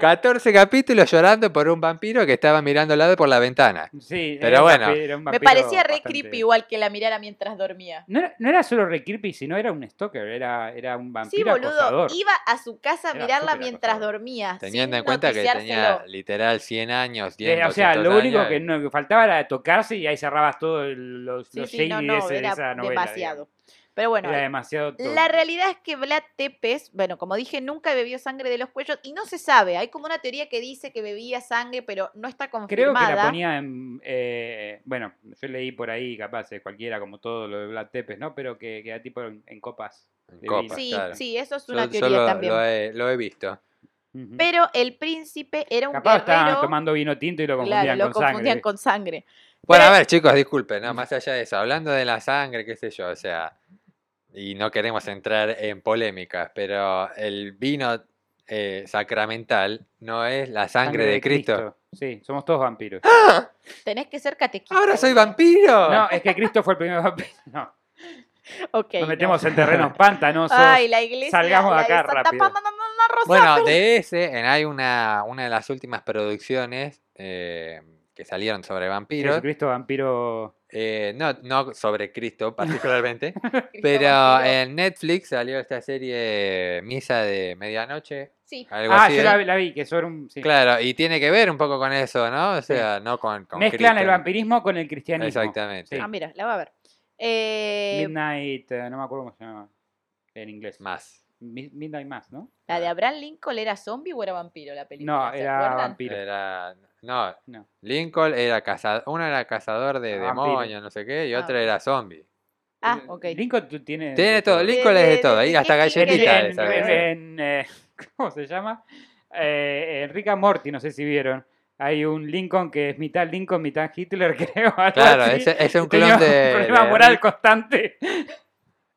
14 capítulos llorando por un vampiro que estaba mirando al lado por la ventana.
Sí,
Pero
era un
bueno.
vampiro- era
Me
un vampiro
parecía re
bastante-
creepy igual que la mirara mientras dormía.
No era, no era solo re creepy, sino era un stalker, era, era un
Sí,
vampiro
boludo,
acosador.
iba a su casa a
Era
mirarla
súper
mientras
acosador.
dormía.
Teniendo
sin
en cuenta que tenía
noticiárselo.
literal 100 años. 100,
Eh, o sea,
200
lo único
años.
que, no- que faltaba era tocarse y ahí cerrabas todo el, los,
Sí,
los
sí, no,
shady
no,
ese de
era
esa novela.
demasiado.
digamos.
Pero bueno,
era demasiado. todo.
La realidad es que Vlad Tepes, bueno, como dije, nunca bebió sangre de los cuellos y no se sabe. Hay como una teoría que dice que bebía sangre, pero no está
Creo
confirmada.
que la ponía en. eh, bueno, yo leí por ahí, capaz, eh, cualquiera, como todo lo de Vlad Tepes, ¿no? Pero que queda tipo en, en copas.
En
de
copa,
vino.
sí,
claro.
sí, eso es
Yo-
una
yo
teoría
lo,
también.
lo he, lo he visto.
Ujú.
Pero el príncipe era un
capaz estaban
guerrero.
tomando vino tinto y lo confundían
claro, lo
con
confundían
sangre.
con sangre.
Bueno, a
Pero-
ver, chicos, disculpen, ¿no? más allá de eso, hablando de la sangre, qué sé yo, o sea, y no queremos entrar en polémicas, pero el vino eh, sacramental no es la sangre, de Cristo. ¡Ah!
Sí, somos todos vampiros.
Tenés que ser catequista.
¡Ahora soy
boludo.
vampiro!
No, es que Cristo fue el primer vampiro. [LAUGHS] No,
Ok.
nos
no.
metemos en terrenos
[LAUGHS]
pantanosos.
Ay, la iglesia.
Salgamos de
la
acá
Santa
rápido.
Pama, no, no, no, Rosa.
Bueno, de ese, en, hay una, una de las últimas producciones eh, que salieron sobre vampiros.
Jesucristo vampiro.
eh, no, no sobre Cristo particularmente, pero
Cristóbal,
eh,
en Netflix salió esta serie Misa de Medianoche,
Sí.
algo
Ah,
así.
yo
¿eh?
la, la vi, que eso era un. sí.
Claro, y tiene que ver un poco con eso, ¿no? O sea, no con, con
Mezclan el
Cristo.
vampirismo con el cristianismo.
Exactamente.
Sí.
Ah, mira, la va a ver. Eh,
Midnight, eh, no me acuerdo cómo se llama en inglés.
Más.
Mi- Midnight más, ¿no?
la de Abraham Lincoln era zombie o era vampiro la película.
No,
¿se
era
acuerdan?
vampiro.
Era no,
No.
Lincoln era cazador, uno era cazador de
Ah, vampiro.
demonios, no sé qué, y
Ah,
otro era zombie.
Ah, ok.
Lincoln tú tiene.
Tiene
de
todo, Lincoln
De-
es de
de-
todo,
de
y hasta
Tiki
En,
Tiene
galletitas.
en-
de esas veces.
en- eh, [LAUGHS] ¿Cómo se llama? Eh, Enrica Morty, no sé si vieron. Hay un Lincoln que es mitad Lincoln, mitad Hitler, [LAUGHS] creo. algo
Claro,
así.
ese es un
Tenía
clon de,
Un problema
de
moral
Rick.
constante.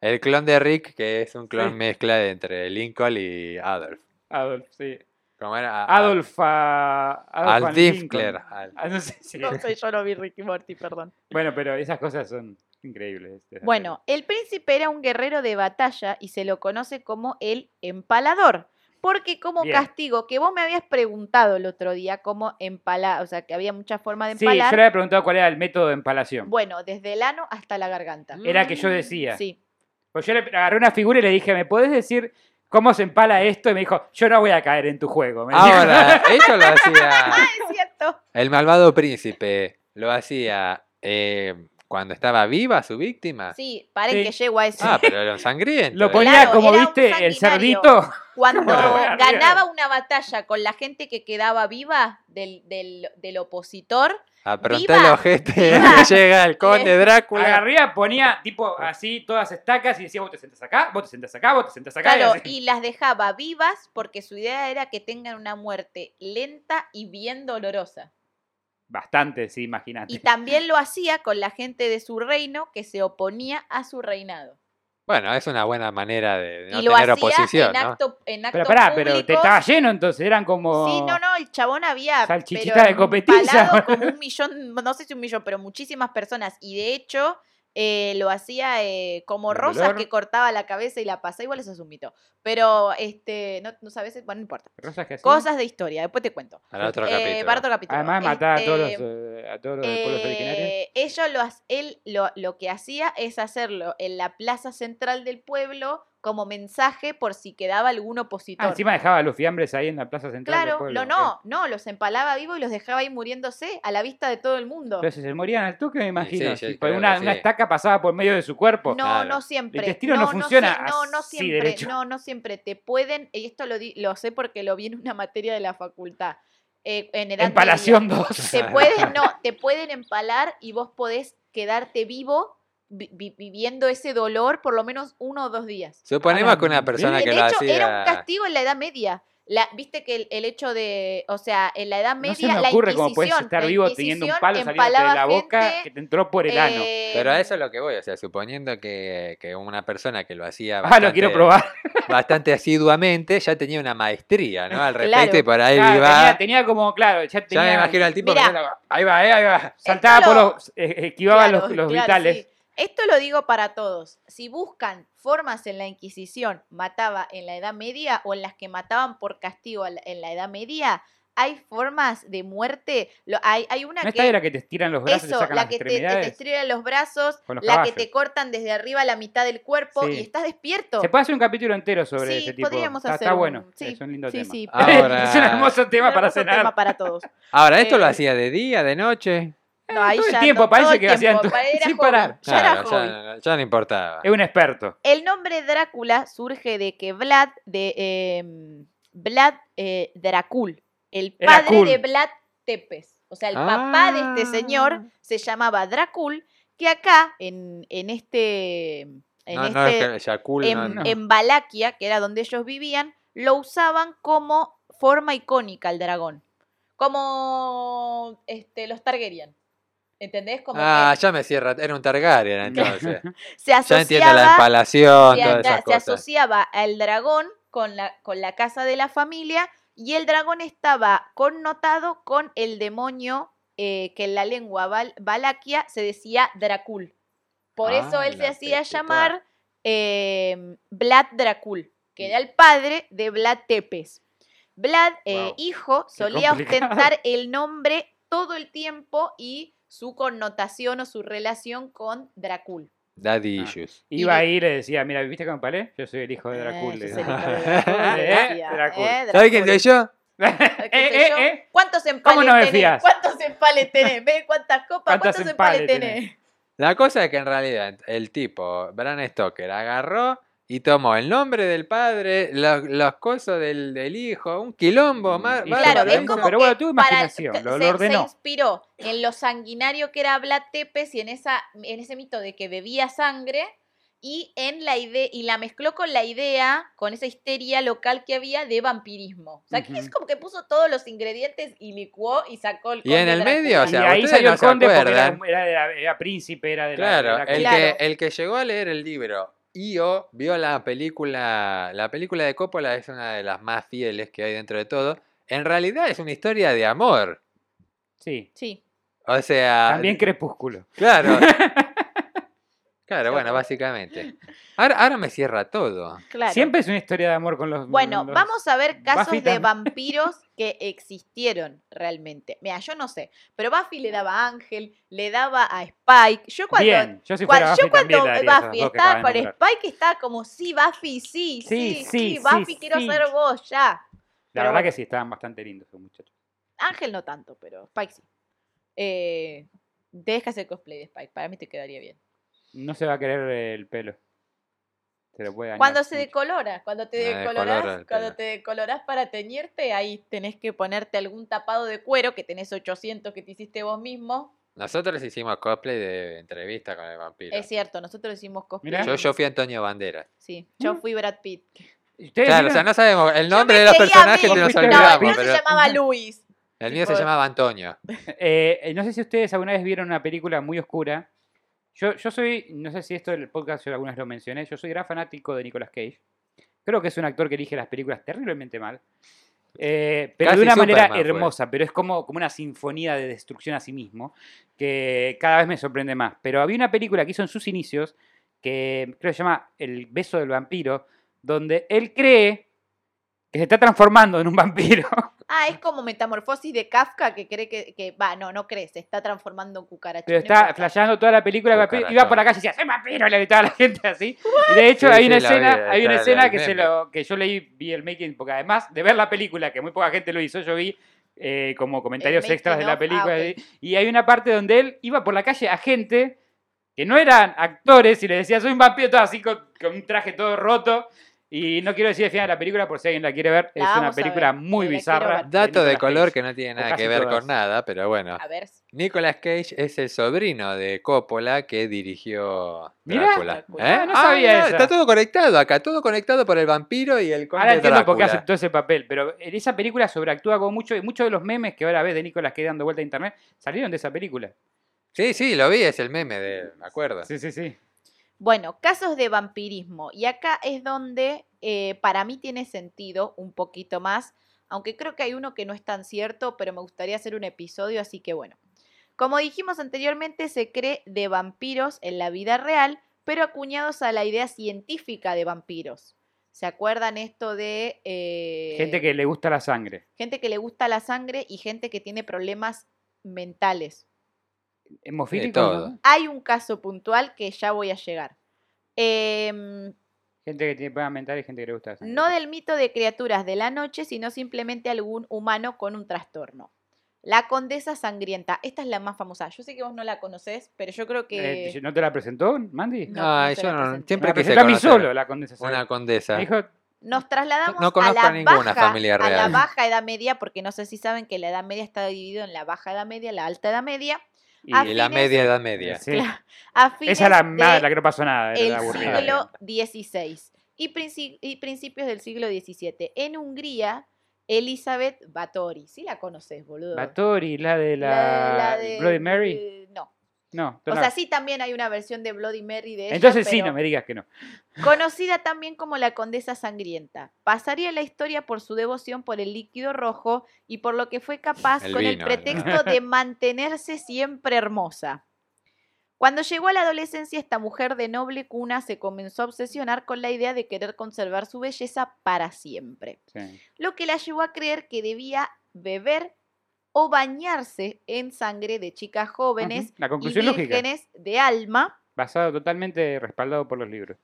El clon de Rick, que es un clon
Sí.
mezcla de entre Lincoln y Adolf.
Adolf, sí.
¿Cómo era? A- a-
Adolf, a- Adolf
Al
and Lincoln.
Diftler. al-
Ah, no sé, sí.
No sé, yo no vi Ricky Morty,
[LAUGHS]
perdón.
Bueno, pero esas cosas son increíbles. esas
Bueno, el príncipe era un guerrero de batalla y se lo conoce como el empalador. Porque como
Bien.
castigo, que vos me habías preguntado el otro día cómo empalar, o sea, que había muchas formas de
cosas. Sí, yo le
empalar.
había preguntado cuál era el método de empalación.
Bueno, desde el ano hasta la garganta.
Mm.
Era que yo decía.
Sí. [LAUGHS]
Pues yo le agarré una figura y le dije, ¿me podés decir cómo se empala esto? Y me dijo, yo no voy a caer en tu juego. me dijo. [LAUGHS]
Ahora, eso lo hacía.
Ah, Es cierto.
El malvado príncipe lo hacía eh, cuando estaba viva su víctima.
Sí, paren
Ah. Sí.
que llego a eso.
Ah,
[LAUGHS]
pero era un sangriento.
Lo
eh.
ponía
Claro,
como,
era un
viste, el
sanguinario.
cerdito.
Cuando
Bueno, bueno,
ganaba una batalla con la gente que quedaba viva del, del, del opositor,
Apronté
Viva.
el ojete [LAUGHS]
Viva.
que llega
[LAUGHS]
el conde Drácula.
Agarría, ponía tipo así todas estacas y decía, vos te sentás acá, vos te sentás acá, vos te sentás acá. y
claro,
así.
y las dejaba vivas porque su idea era que tengan una muerte lenta y bien dolorosa.
Bastante, sí, imagínate.
Y también lo hacía con la gente de su reino que se oponía a su reinado.
Bueno, es una buena manera de no
y lo
tener
hacía
oposición,
en
¿no?
acto, en acto
Pero pará,
público.
pero te estaba lleno, entonces eran como.
Sí, no, no, el chabón había
Oh. Salchichita
pero
de copetilla. [LAUGHS]
empalado como un millón, no sé si un millón, pero muchísimas personas. Y de hecho, eh, lo hacía eh, como
El
Rosa
dolor.
que cortaba la cabeza y la pasaba. Igual eso es un mito. Pero este, no, no sabes, bueno, no importa.
Rosas que hacían.
Cosas de historia, después te cuento.
Para otro
Eh,
capítulo.
para otro capítulo.
Además, mataba a todos los,
Este,
eh, a todos los de pueblos originarios.
eh, ellos lo, ha- él lo, lo que hacía es hacerlo en la plaza central del pueblo como mensaje por si quedaba algún opositor.
Ah, encima dejaba los fiambres ahí en la plaza central. del
Claro,
pueblo.
no, no, no, los empalaba vivo y los dejaba ahí muriéndose a la vista de todo el mundo.
Entonces se morían al toque, me imagino.
sí,
si
creo
una,
que
una
sí.
estaca pasaba por medio de su cuerpo.
No,
Claro.
no siempre.
El intestino no funciona
sie- No, no
así
siempre,
derecho.
no, no siempre. Te pueden, y esto lo, di- lo sé porque lo vi en una materia de la facultad. eh, en edad
en Palación
media.
2. [LAUGHS]
Te pueden, no, te pueden empalar y vos podés quedarte vivo vi- vi- viviendo ese dolor por lo menos uno o dos días.
Suponemos
Ah,
que una persona
bien.
que
de
lo
hecho,
hacía.
era un castigo en la Edad Media. La, Viste que el, el hecho de, o sea, en la Edad
No
Media,
se me
la
ocurre cómo puedes
Inquisición-
estar
la
vivo teniendo un
Inquisición
palo saliendo de
empalaba
la boca
gente,
que te entró por el ano.
eh,
Pero a eso es lo que voy, o sea, suponiendo que, que una persona que lo hacía
Ah, lo quiero probar.
bastante asiduamente, ya tenía una maestría, ¿no? Al
[LAUGHS]
respecto,
Claro.
y por ahí
Claro,
iba.
tenía, tenía como, claro, ya
ya
tenía.
me imagino al tipo
Mirá.
haciendo- ahí va, eh, ahí va.
Saltaba
Esto
por
lo-
los. eh, esquivaba
claro,
los, los
claro,
vitales.
sí. Esto lo digo para todos. Si buscan formas en la Inquisición, mataba en la Edad Media o en las que mataban por castigo al- en la Edad Media, hay formas de muerte. Lo- hay, hay una
¿No
que
está de la que te estiran los brazos y te
Eso,
sacan
la
las
que te, que te
extremidades?
estrelan los brazos,
Con los
la que
caballos.
te cortan desde arriba la mitad del cuerpo
Sí.
y estás despierto.
Se puede hacer un capítulo entero sobre
Sí,
ese tipo.
podríamos
está,
hacer
está
un-
bueno.
sí,
[LAUGHS] Es un lindo
sí,
tema.
sí. [LAUGHS]
Ahora-
es un hermoso tema
Un
para
hermoso
cenar.
tema para todos.
Ahora, ¿esto
Eh.
lo hacía de día, de noche?
[LAUGHS]
No, ahí
todo el
ya
tiempo,
no,
parece
todo el
que lo hacían
tiempo,
todo-
era
sin
joven,
parar.
ya era
Claro,
joven.
ya, ya no importaba.
Es un experto.
El nombre Drácula surge de que Vlad de eh, Vlad eh, Dracul, el
Era
padre
cool.
de Vlad Tepes. O
Ah.
sea, el papá de este señor se llamaba Dracul, que acá en, en este en
No,
este em,
no, es que Yakul no-
en,
no.
en Valaquia, que era donde ellos vivían, lo usaban como forma icónica el dragón. Como este, los Targaryen. ¿Entendés? Como
Ah, ya me cierra. Era
[LAUGHS]
un Targaryen entonces.
que se
ya entiendo la
asociaba,
empalación,
se,
todas
anda-
esas
se
cosas.
asociaba al dragón con la, con la casa de la familia y el dragón estaba connotado con el demonio eh, que en la lengua val- valaquia se decía Dracul. Por eso
Ah,
él se
la
hacía
petuta.
llamar eh, Vlad Dracul, que era el padre de Vlad Tepes. Vlad, eh,
Wow,
hijo, solía
complicado.
ostentar el nombre todo el tiempo y su connotación o su relación con Dracul.
Daddy
Ah.
issues.
Iba
Y-
ahí y le decía, mira, ¿viste que me palé? Yo soy el hijo de Dracul.
Eh,
le
ese es el
[LAUGHS] decía.
hijo de Dracul, le
Eh,
decía,
Dracul.
eh,
¿Sabes quién soy
Dracul.
yo?
¿Qué
[LAUGHS] Eh,
sé yo?
eh, eh.
¿Cuántos empales
¿Cómo no me
tenés?
fías?
¿Cuántos empales tenés? ¿Ves cuántas copas?
¿Cuántos
¿Cuántos empales
empales
tenés?
La cosa es que en realidad el tipo, Bran Stoker, agarró y tomó el nombre del padre, los, los cosos del, del hijo, un quilombo
Mm,
más.
Y
más
Claro,
Claro, es
pero
organizado.
como
pero bueno,
que
tuvo
para-
imaginación, lo- lo
se- se,
ordenó.
inspiró en lo sanguinario que era Vlad Tepes y en, esa, en ese mito de que bebía sangre y, en la idea, y la mezcló con la idea, con esa histeria local que había de vampirismo. O sea, que es
Ujú.
como que puso todos los ingredientes y licuó y sacó el
Y en
conde
el
Drácula.
medio, o sea,
y ahí
ustedes
salió
no
el
se
conde porque era,
acuerdan.
era de la- era príncipe, era de la-
Claro,
de la
el,
corte.
Claro.
Que, el que llegó a leer el libro y o vio la película, la película de Coppola es una de las más fieles que hay dentro de todo. En realidad es una historia de amor.
Sí.
Sí.
O sea,
También Crepúsculo.
claro.
[LAUGHS]
claro, bueno, básicamente. Ahora, ahora me cierra todo.
Claro.
Siempre es una historia de amor con los.
Bueno,
los-
vamos a ver casos
Mm, Buffy
de
también. [LAUGHS]
vampiros que existieron realmente. Mira, yo no sé, pero Buffy le daba a Ángel, le daba a Spike. Yo cuando,
Bien, yo si
cuan-
fuera
yo
Buffy también le
cuando
daría esas
Buffy
dos que
estaba
acabas
con
de nombrar.
Spike estaba como, sí, Buffy, sí, sí, sí,
Sí, sí, sí,
Buffy, quiero
sí.
ser vos, ya.
La
Pero
verdad
bueno.
que sí, estaban bastante lindos esos muchachos.
Ángel no tanto, pero Spike sí. Eh, tenés que hacer cosplay de Spike, para mí te quedaría bien.
No se va a querer el pelo. Se lo puede dañar
Cuando se
mucho.
decolora, cuando te
Me decolora
decolorás,
el
cuando
pelo.
te decolorás para teñirte, ahí tenés que ponerte algún tapado de cuero que tenés 800 que te hiciste vos mismo.
Nosotros hicimos cosplay de entrevista con el vampiro.
Es cierto, nosotros hicimos cosplay.
Mirá.
Yo, yo fui Antonio Bandera.
Sí, yo
Mm.
fui Brad
[LAUGHS]
Pitt.
¿Ustedes
Claro, o sea,
vieron?
no sabemos el
Yo
nombre
me
de los
creía
personajes,
Bill.
te los
No,
No,
el mío
olvidamos,
pero-
se
pero
llamaba
[LAUGHS]
Luis.
el mío se
tipo-
llamaba Antonio.
Eh, eh, no sé si ustedes alguna vez vieron una película muy oscura. Yo, yo soy, no sé si esto del podcast yo algunas lo mencioné, yo soy gran fanático de Nicolas Cage. Creo que es un actor que elige las películas terriblemente mal. Eh, pero
Casi
de una manera
Superman fue.
hermosa, pero es como, como una sinfonía de destrucción a sí mismo, que cada vez me sorprende más. Pero había una película que hizo en sus inicios, que creo que se llama El beso del vampiro, donde él cree que se está transformando en un vampiro.
Ah, es como metamorfosis de Kafka que cree que, que va, no, no cree, se está transformando en cucaracha.
Pero
no
está
importa.
flasheando toda la película. que
Cucarachón.
Iba por la calle y decía, ¡soy vampiro! Y le gritaba a la
[LAUGHS]
gente así. Y de hecho,
Sí,
hay
sí,
una
la
escena,
vi,
hay una
está el
escena que, se
meme.
lo, que yo leí, vi el making, porque además de ver la película, que muy poca gente lo hizo, yo vi eh, como comentarios
making
extras de la
of,
película.
ah, ok.
Y hay una parte donde él iba por la calle a gente que no eran actores y le decía, soy un vampiro, todo así con, con un traje todo roto. Y no quiero decir el final de la película por si alguien la quiere ver.
La
es una
vamos a
película
ver,
muy
sí, la quiero
bizarra.
ver.
Dato de
Nicolas
color
Cage.
que no tiene
O
nada que
casi
ver
todas.
con nada, pero bueno.
A ver,
Nicolas Cage es el sobrino de Coppola que dirigió
Mirá,
Drácula.
Drácula.
Ah, no sabía
mirá,
esa.
Está todo conectado acá, todo conectado por el vampiro y el conde
Ahora entiendo por qué
Drácula.
aceptó ese papel, pero en esa película sobreactúa como mucho y muchos de los memes que ahora ves de Nicolas que dando vuelta a internet salieron de esa película.
Sí, sí, lo vi, es el meme de, me acuerdo.
Sí, sí, sí.
Bueno, casos de vampirismo. Y acá es donde eh, para mí tiene sentido un poquito más, aunque creo que hay uno que no es tan cierto, pero me gustaría hacer un episodio, así que bueno. Como dijimos anteriormente, se cree de vampiros en la vida real, pero acuñados a la idea científica de vampiros. ¿Se acuerdan esto de... eh,
Gente que le gusta la sangre.
gente que le gusta la sangre y gente que tiene problemas mentales?
Hemofílico.
todo.
¿no?
Hay un caso puntual que ya voy a llegar. Em,
Gente que tiene problemas mentales y gente que le gusta la sangre.
No del mito de criaturas de la noche, sino simplemente algún humano con un trastorno. La condesa sangrienta, esta es la más famosa. Yo sé que vos no la conocés, pero yo creo que...
Eh, ¿No te la presentó, Mandy?
No,
Ay,
se
yo
la
no-
presenté.
Me
siempre
la
quise
presentó a mí
conocer
Ah, solo la condesa.
una
Sangre.
condesa.
Me dijo,
Nos trasladamos
No
a,
conozco
la
a ninguna
baja,
familia
a la
real.
baja edad media, porque no sé si saben que la edad media está dividida en la baja edad media, la alta edad media. a
Y la
fines-
media edad media.
Sí.
Ah, Claro. A fines
Esa es la,
de
madre, la que no pasó nada. era
el
la aburrida.
siglo XVI y, princi- y principios del siglo XVII. En Hungría, Elizabeth Báthory. Sí la conoces, boludo.
Báthory, la de la,
de- de-
Bloody Mary.
eh, no.
No,
O
no.
sea, sí también hay una versión de Bloody Mary de ella,
Entonces sí,
pero
no me digas que no.
Conocida también como la Condesa Sangrienta. Pasaría la historia por su devoción por el líquido rojo y por lo que fue capaz
El
con el
vino,
pretexto
[LAUGHS]
de mantenerse siempre hermosa. Cuando llegó a la adolescencia, esta mujer de noble cuna se comenzó a obsesionar con la idea de querer conservar su belleza para siempre
Sí.
lo que la llevó a creer que debía beber o bañarse en sangre de chicas jóvenes
Ujú, La
y
conclusión lógica.
vírgenes de alma.
Basado totalmente respaldado por los libros.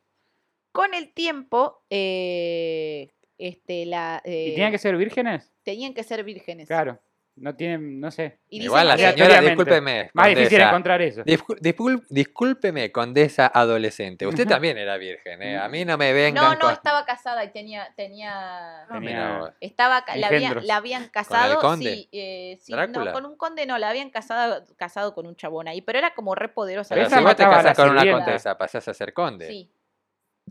Con el tiempo, eh, este, la,
¿Y
eh,
tenían que ser vírgenes?
tenían que ser vírgenes.
Claro. No tienen, no sé.
Y dicen
Igual la
que-
señora,
Aleatoriamente.
discúlpeme.
Más difícil
condesa.
encontrar eso.
Discul- discul- discúlpeme, condesa adolescente. Usted también era virgen, ¿eh? A mí no me vengan
No, no,
con-
estaba casada y tenía... tenía...
Ah,
Tenía-
mira vos.
Estaba, ca- la, había-
Engendros.
la habían casado,
conde?
sí, eh, sí, no,
¿Drácula?
con un conde no, la habían casado, casado con un chabón ahí, pero era como re poderosa.
Pero
Pero
la
esa
si
chica.
vos te
mataba a
casás
la
con una
sirvienta.
condesa, pasás a ser conde.
Sí.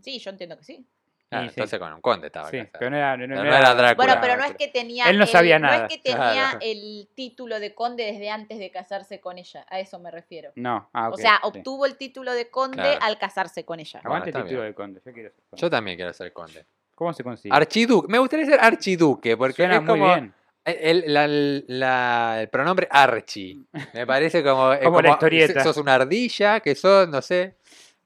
Sí, yo entiendo que sí.
Ah,
Y sí.
entonces con un conde estaba
Sí,
casado.
pero no era, no- no
Pero
era-
Drácula.
Bueno, pero no es que tenía.
Él no
el-
sabía
No
nada.
es que tenía
Claro.
el título de conde desde antes de casarse con ella. A eso me refiero.
No, ah, ok,
o sea,
sí.
obtuvo el título de conde
Claro.
al casarse con ella.
Aguante
Bueno, está
el título
bien.
de conde. Yo quiero ser conde.
Yo también quiero ser conde.
¿Cómo se consigue?
Archiduque. Me gustaría ser archiduque, porque
Suena
es
muy
como e,
bien.
El, la- la- el pronombre archi. Me parece
[LAUGHS]
como. es
Como la historieta.
Sos una ardilla, que sos, no sé.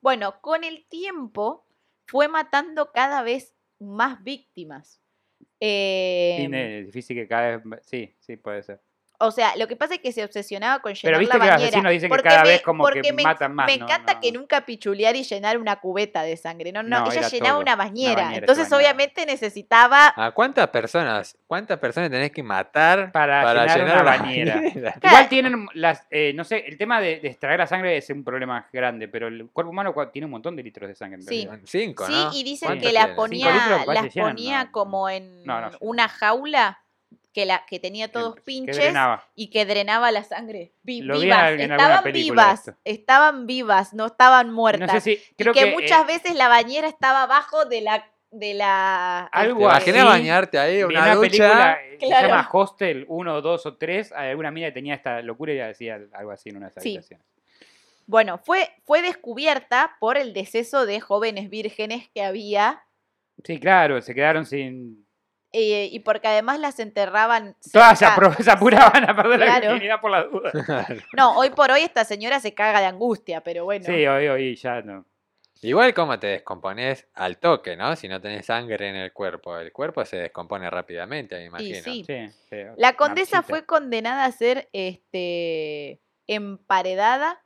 Bueno, con el tiempo fue matando cada vez más víctimas. Eh,
Y ne- difícil que cada vez. Sí, sí, puede ser.
o sea, lo que pasa es que se obsesionaba con llenar
Pero viste
la
que los
bañera.
asesinos dicen que
porque
cada
me-
vez como
porque
que
me,
matan más,
Me
¿no?
encanta
No.
que nunca pichulear y llenar una cubeta de sangre. No, no,
No,
ella
era
llenaba
todo.
una
Una
bañera.
bañera, se
Entonces,
bañaba.
obviamente, necesitaba
¿A Ah, cuántas personas? ¿Cuántas personas tenés que matar
Para llenar una
[LAUGHS]
bañera?
Claro.
Igual tienen las, eh, no sé, el tema de, de extraer la sangre es un problema grande, pero el cuerpo humano cua- tiene un montón de litros de sangre. en
Sí.
realidad.
Cinco,
Sí,
¿no?
y dicen
¿Cuánto
que
¿Cuántos
las
tienen?
ponía,
Cinco litros, me parece
las
que llenan,
ponía
no,
como en
no, no,
una
llenan.
jaula que, la, que tenía todos
Que- que
pinches
drenaba.
y que drenaba la sangre. Vi-
Lo vi
vivas,
en alguna
estaban
película
vivas,
esto.
estaban vivas, no estaban muertas.
No sé si, creo
y que,
eh,
muchas veces la bañera estaba abajo de la de la este,
Algo
¿Te
así.
imaginas bañarte ahí,
vi
una,
una
ducha?
película eh, que se
Claro.
llama Hostel 1, 2 o 3, hay alguna mina que tenía esta locura y decía algo así en una de esas
Sí.
habitaciones.
Bueno, fue fue descubierta por el deceso de jóvenes vírgenes que había
Sí, claro, se quedaron sin...
eh, y porque además las enterraban
Todas se,
cerca-
apro- se [LAUGHS] apuraban a perder la
Claro.
virginidad por la duda.
No, hoy por hoy esta señora se caga de angustia, pero bueno.
Sí, hoy, hoy, ya no.
Igual como te descompones al toque, ¿no? Si no tenés sangre en el cuerpo. El cuerpo se descompone rápidamente, me
Y
imagino.
sí.
Sí, sí,
La condesa
marchita.
fue condenada a ser este, emparedada.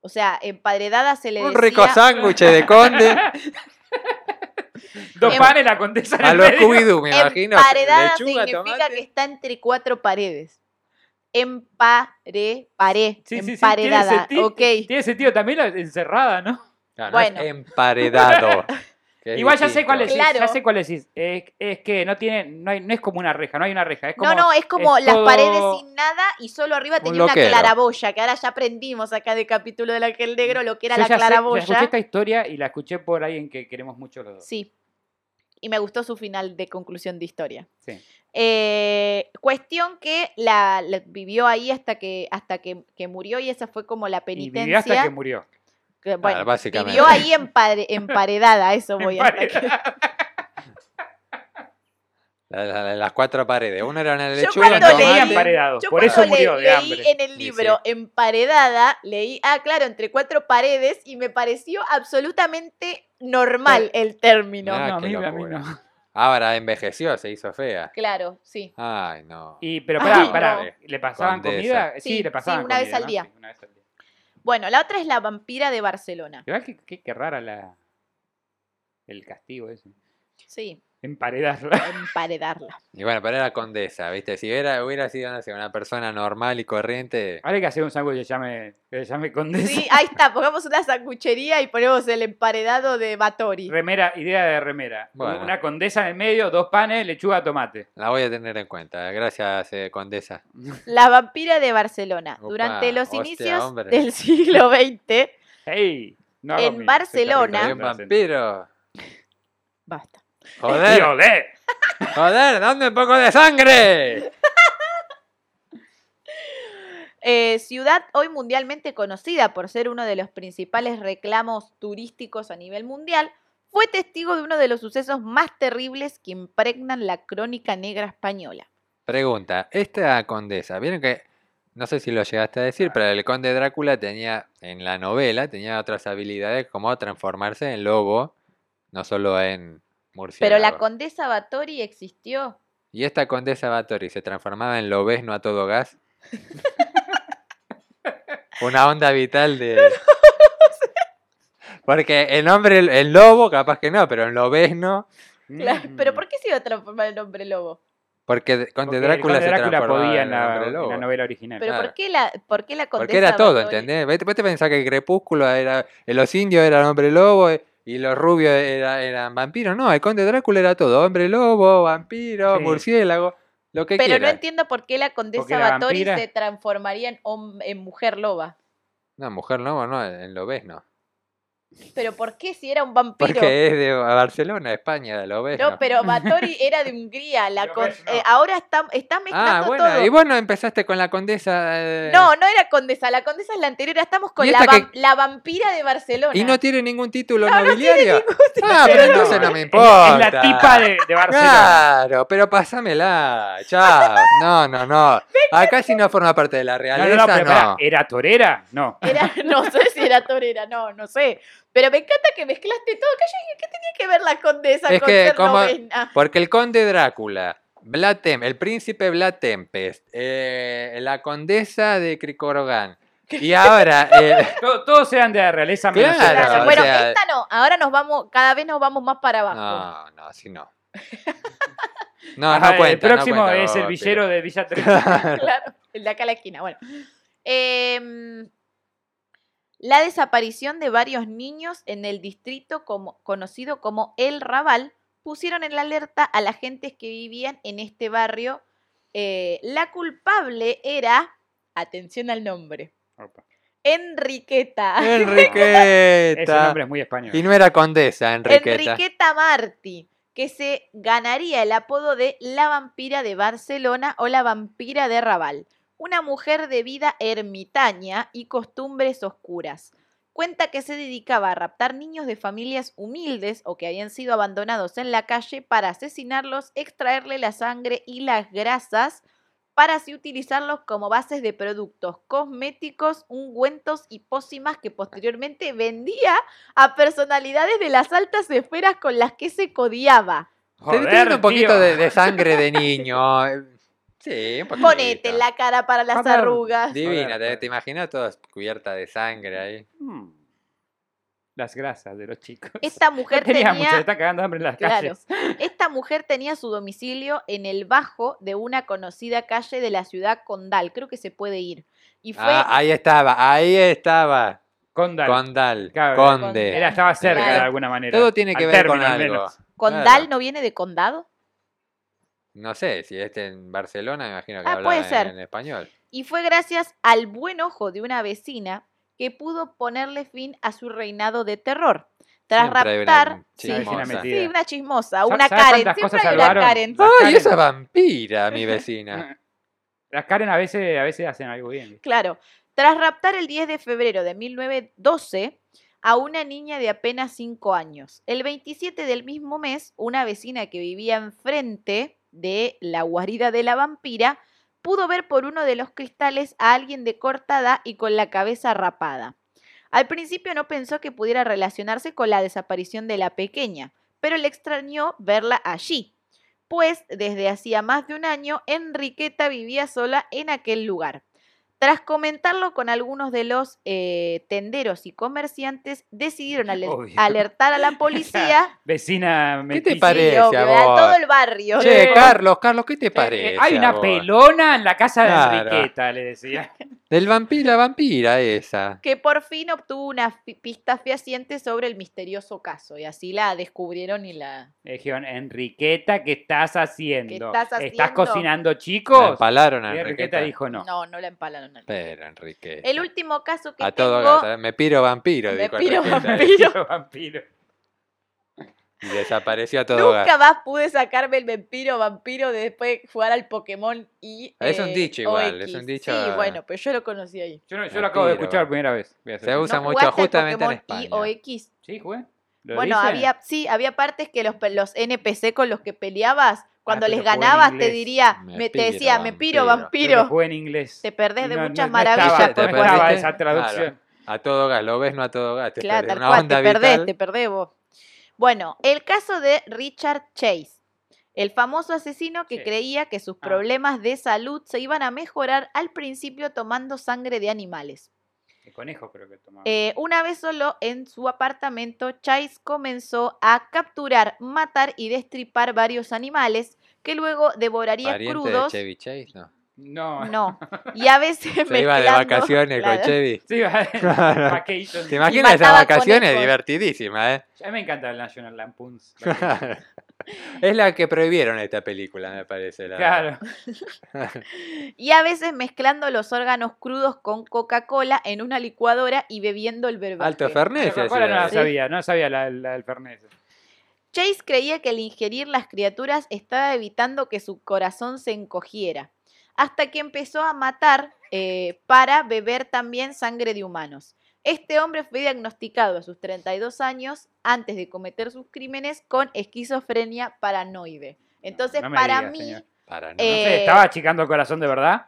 O sea, emparedada se le
Un
decía.
rico
[LAUGHS]
sándwich de conde.
Dos
Em-
panes la condesa en
A
el
los
medio.
Scooby-Doo, me imagino.
Emparedada
Lechuga,
significa
tomate.
que está entre cuatro paredes. Empare, paré,
Sí, sí, sí, tiene
emparedada.
sentido,
ok.
Tiene sentido también la encerrada, ¿no?
Claro, no es
Bueno. [LAUGHS]
emparedado. que es
Igual ya sé
distinto.
cuál es,
Claro.
ya sé cuál es. Es, es que no tiene, no, hay- no es como una reja, no hay una reja. Es como,
no, no, es como las
todo-
paredes sin nada y solo arriba
Un
tenía una
loquero.
claraboya, que ahora ya aprendimos acá de capítulo del Ángel Negro lo que era
Yo
la
ya sé- ya escuché
claraboya.
esta historia y la escuché por alguien que queremos mucho los dos.
Sí. Y me gustó su final de conclusión de historia.
Sí.
Eh, cuestión que la, la vivió ahí hasta que hasta que, que murió y esa fue como la
y
penitencia.
vivió hasta que murió.
que, bueno,
Claro, básicamente.
vivió ahí
[LAUGHS]
empare- emparedada, a eso [LAUGHS] voy hasta que-
La- la- la- las cuatro paredes. Una era una
Yo
lechuga,
cuando
tomate.
leí-
Tenía emparedado,
Yo
por eso
cuando le-
murió de
leí
hambre.
en el
Y
libro emparedada, leí, ah, claro, entre cuatro paredes y me pareció absolutamente normal el término.
Ah,
No, a
qué
mí- a mí
locura.
no.
Ahora envejeció, se hizo fea.
Claro, sí.
Ay, no.
Y, pero
Ay,
pará,
Ah, no.
pará, ¿le pasaban
Condesa.
comida? Sí,
Sí,
le pasaban
sí, una vez
comida,
al
¿no?
día.
Sí, una vez al día.
Bueno, la otra es la vampira de Barcelona.
Igual que, que- que rara la, el castigo ese.
Sí,
Emparedarla. [LAUGHS]
emparedarla.
Y bueno, pero era condesa, ¿viste? Si era, hubiera sido no sé, una persona normal y corriente.
Ahora hay que hacer un sándwich que se llame, que se llame condesa.
Sí, ahí está, pongamos una sanguchería y ponemos el emparedado de Batori.
Remera, idea de remera.
Bueno.
Una condesa en el medio, dos panes, lechuga, tomate.
La voy a tener en cuenta. Gracias, eh, condesa.
La vampira de Barcelona.
Opa,
Durante los
hostia,
inicios
hombre.
del siglo XX, ¡Ey!
No hago
En
mi-
Barcelona-
Soy un vampiro.
basta.
¡Y
Joder,
olé!
joder, dame un poco de sangre.
Eh, ciudad hoy mundialmente conocida por ser uno de los principales reclamos turísticos a nivel mundial, fue testigo de uno de los sucesos más terribles que impregnan la crónica negra española.
Pregunta, esta condesa, vieron que, no sé si lo llegaste a decir, pero el conde Drácula tenía, en la novela, tenía otras habilidades como transformarse en lobo, no solo
Pero
en murciélago.
la condesa Batori existió.
¿Y esta condesa Bathory se transformaba en lobesno a
[LAUGHS]
todo gas? Una onda
[LAUGHS]
vital de... Porque el nombre, el lobo, capaz que no, pero el lobesno,
Claro, Pero ¿por qué se iba a transformar el hombre lobo?
porque de- conde
Porque el
Drácula
Conde
se
Drácula
transformaba
podía en
en
la,
hombre
en la
lobo.
novela original.
¿Pero
Claro.
por qué la, por qué la condesa
Porque era todo,
Batori?
¿entendés? Vete, vete a pensar que el crepúsculo era. eh, Los indios eran hombre lobo eh, y los rubios era- eran vampiros. No, el conde Drácula era todo: hombre lobo, vampiro,
Sí.
murciélago, lo que
Pero no
quieras.
entiendo por qué la condesa
Porque era
Batori
vampira.
se transformaría en, hom- en mujer loba.
No, mujer lobo, no, en lobes no.
¿Pero por qué si era un vampiro?
Porque es de Barcelona, España, lo ves.
No,
¿no? [LAUGHS]
pero Batori era de Hungría. La
Pero
con-
eso no.
eh, ahora está, está
ah,
mezclando
bueno,
todo.
y bueno, empezaste con la condesa. eh,
No, no era condesa. La condesa es la anterior. Estamos con
¿Y
la,
esta
vam-
que-
la vampira de Barcelona.
Y no tiene ningún título
No, no tiene
nobiliario. ah, pero
Pero
entonces no me
es la-
importa.
Es la tipa de, de Barcelona.
Claro, pero pásamela. Chao. No, no, no. Acá si no forma parte de la
No, no, no,
realeza,
pero pará, eh.
no.
¿Era torera? No.
[LAUGHS]
[LAUGHS]
Era- no sé si era torera, no, no sé. Pero me encanta que mezclaste todo. Que yo dije, ¿qué tenía que ver la condesa
Es
con
que
ser
como-
novena?
Porque el conde Drácula, Vlad Tem- el príncipe Vlad Tempest, eh, la condesa de
[LAUGHS]
Cricorogán. Y ahora, eh,
To- todos eran de la realeza menos
Claro,
ella.
Claro, bueno,
o sea-
esta no. Ahora nos vamos, cada vez nos vamos más para abajo.
no, no,
[LAUGHS]
así no. No,
Ajá,
no cuenta.
Ah, El
no
próximo
cuenta,
es el
Gopi.
villero de Villa
[LAUGHS]
Teresa.
[LAUGHS] Claro, el de acá a la esquina. Bueno. Em, la desaparición de varios niños en el distrito como, conocido como El Raval pusieron en la alerta a las gentes que vivían en este barrio. Eh, la culpable era, atención al nombre,
Opa.
Enriqueta.
[LAUGHS]
Ese
Enriqueta.
nombre es muy español.
Y no era condesa, Enriqueta.
Enriqueta Martí, que se ganaría el apodo de la vampira de Barcelona o la vampira de Raval, una mujer de vida ermitaña y costumbres oscuras. Cuenta que se dedicaba a raptar niños de familias humildes o que habían sido abandonados en la calle para asesinarlos, extraerle la sangre y las grasas para así utilizarlos como bases de productos cosméticos, ungüentos y pócimas que posteriormente vendía a personalidades de las altas esferas con las que se codiaba.
Te
Joder,
tiene un poquito
tío.
de, de
[LAUGHS]
sangre de niño. eh, Sí, un poquito.
Ponete la cara para las
Joder,
arrugas.
Divina,
Joder, pues.
te,
joder.
te imaginas toda cubierta de sangre ahí.
Hmm. Las grasas de los chicos.
Esta mujer
[LAUGHS]
No [LAUGHS] tenía, mucho, se
tenía,
está cagando hambre en las
claro,
calles.
esta mujer tenía su domicilio en el bajo de una conocida calle de la ciudad Condal, creo que se puede ir. Y fue
Ah, ahí estaba, ahí estaba.
Condal.
Condal,
Claro.
conde.
Era, estaba cerca
Claro.
de alguna manera.
Todo tiene que
Al
ver con
término, al
algo.
menos.
Condal
claro.
no viene de condado
No sé, si este en Barcelona, me imagino que
Ah,
hablaba
puede ser.
en, en español.
y fue gracias al buen ojo de una vecina que pudo ponerle fin a su reinado de terror. Tras
Siempre hay una
raptar, sí,
Una vecina
chismosa.
metida.
sí, una chismosa,
¿Sab-
una
sabes
Karen,
cuántas
siempre
cosas
hay una
salvaron?
Karen.
Las
¡Ay,
Karen-
esa vampira, mi vecina!
[LAUGHS]
Las Karen a veces, a veces hacen algo bien.
Claro. Tras raptar el 10 de febrero de 1912 a una niña de apenas 5 años. El 27 del mismo mes, una vecina que vivía enfrente de la guarida de la vampira pudo ver por uno de los cristales a alguien de corta edad y con la cabeza rapada. Al principio no pensó que pudiera relacionarse con la desaparición de la pequeña, pero le extrañó verla allí, pues desde hacía más de un año Enriqueta vivía sola en aquel lugar. Tras comentarlo con algunos de los eh, tenderos y comerciantes, decidieron ale-
Obvio.
alertar a la
[LAUGHS]
policía
Vecina
¿Qué te
metiche.
parece
y obvio,
a
a
vos?
todo el barrio.
Che,
Sí.
Carlos, Carlos, ¿qué te
Eh,
parece?
eh, Hay
a
una
vos?
pelona en la casa de
Claro.
Enriqueta, le decía.
Del vampiro, la vampira esa.
que por fin obtuvo una fi- pista fehaciente sobre el misterioso caso y así la descubrieron y la
Le Eh, dijeron, Enriqueta, ¿qué estás haciendo?
¿Qué estás haciendo?
cocinando
La
chicos?
empalaron
Y
a
Enriqueta
Enriqueta.
dijo
no,
no.
no, la empalaron. a nadie.
Pero Enriqueta.
El último caso que
a todo
tengo
gas, ¿sabes? me piro vampiro,
Me
dijo
piro
[LAUGHS]
Enriqueta.
vampiro.
Vampiro.
Y desapareció a todo
nunca
gas.
más pude sacarme el vampiro vampiro de después de jugar al Pokémon y eh,
Es un dicho igual, es un dicho-
Sí, bueno, pero yo lo conocí ahí.
Yo, no- yo lo acabo de
Vampiro.
escuchar por primera vez. Voy a hacer
Se
así.
usa
¿No
mucho
jugaste al
justamente en
Pokémon
España.
IOX?
Sí, jugué. ¿Lo
Bueno,
dice?
había sí, había partes que los, pe- los NPC con los que peleabas cuando
Ah, pero
les
jugué en
ganabas te
inglés.
diría,
Me
me, te
piro,
decía, me piro
Yo lo
vampiro.
jugué en inglés.
Te perdés
Y
de
no- no-
muchas
no estaba-
maravillas
¿Te
por
No estaba,
perdiste?
conocer.
esa traducción.
A todo gas, lo ves, no a todo gas. Te
Claro,
perdés
tal
una
cual,
onda
te perdés,
vital.
te perdés vos. Bueno, el caso de Richard Chase, el famoso asesino que
Chase.
creía que sus
Ah.
problemas de salud se iban a mejorar al principio tomando sangre de animales.
El conejo creo que
Ah.
tomaba.
Eh, una vez solo en su apartamento, Chase comenzó a capturar, matar y destripar varios animales que luego devoraría
Pariente
crudos.
de Chevy Chase, ¿no?
no.
[LAUGHS]
No, y a veces
Se iba de
mezclando-
vacaciones
claro.
con Chevy.
[LAUGHS] Sí, va-
[LAUGHS] Claro.
vacation.
¿Te imaginas
mataba
esas vacaciones?
conejos.
Divertidísimas, ¿eh?
A mí me encanta el National Lampoons.
[LAUGHS] Es la que prohibieron esta película, me parece. la-
Claro.
Y a veces mezclando los órganos crudos con Coca-Cola en una licuadora y bebiendo el verbaje.
Alto Fernet. se
Coca-Cola no
hacía.
la sabía, no la sabía la, la del Fernet.
Chase creía que el ingerir las criaturas estaba evitando que su corazón se encogiera, hasta que empezó a matar eh, para beber también sangre de humanos. Este hombre fue diagnosticado a sus 32 años antes de cometer sus crímenes con esquizofrenia paranoide. Entonces,
no me
para
digas,
mí,
señor.
Para no.
No
Eh,
sé, estaba achicando el corazón de verdad.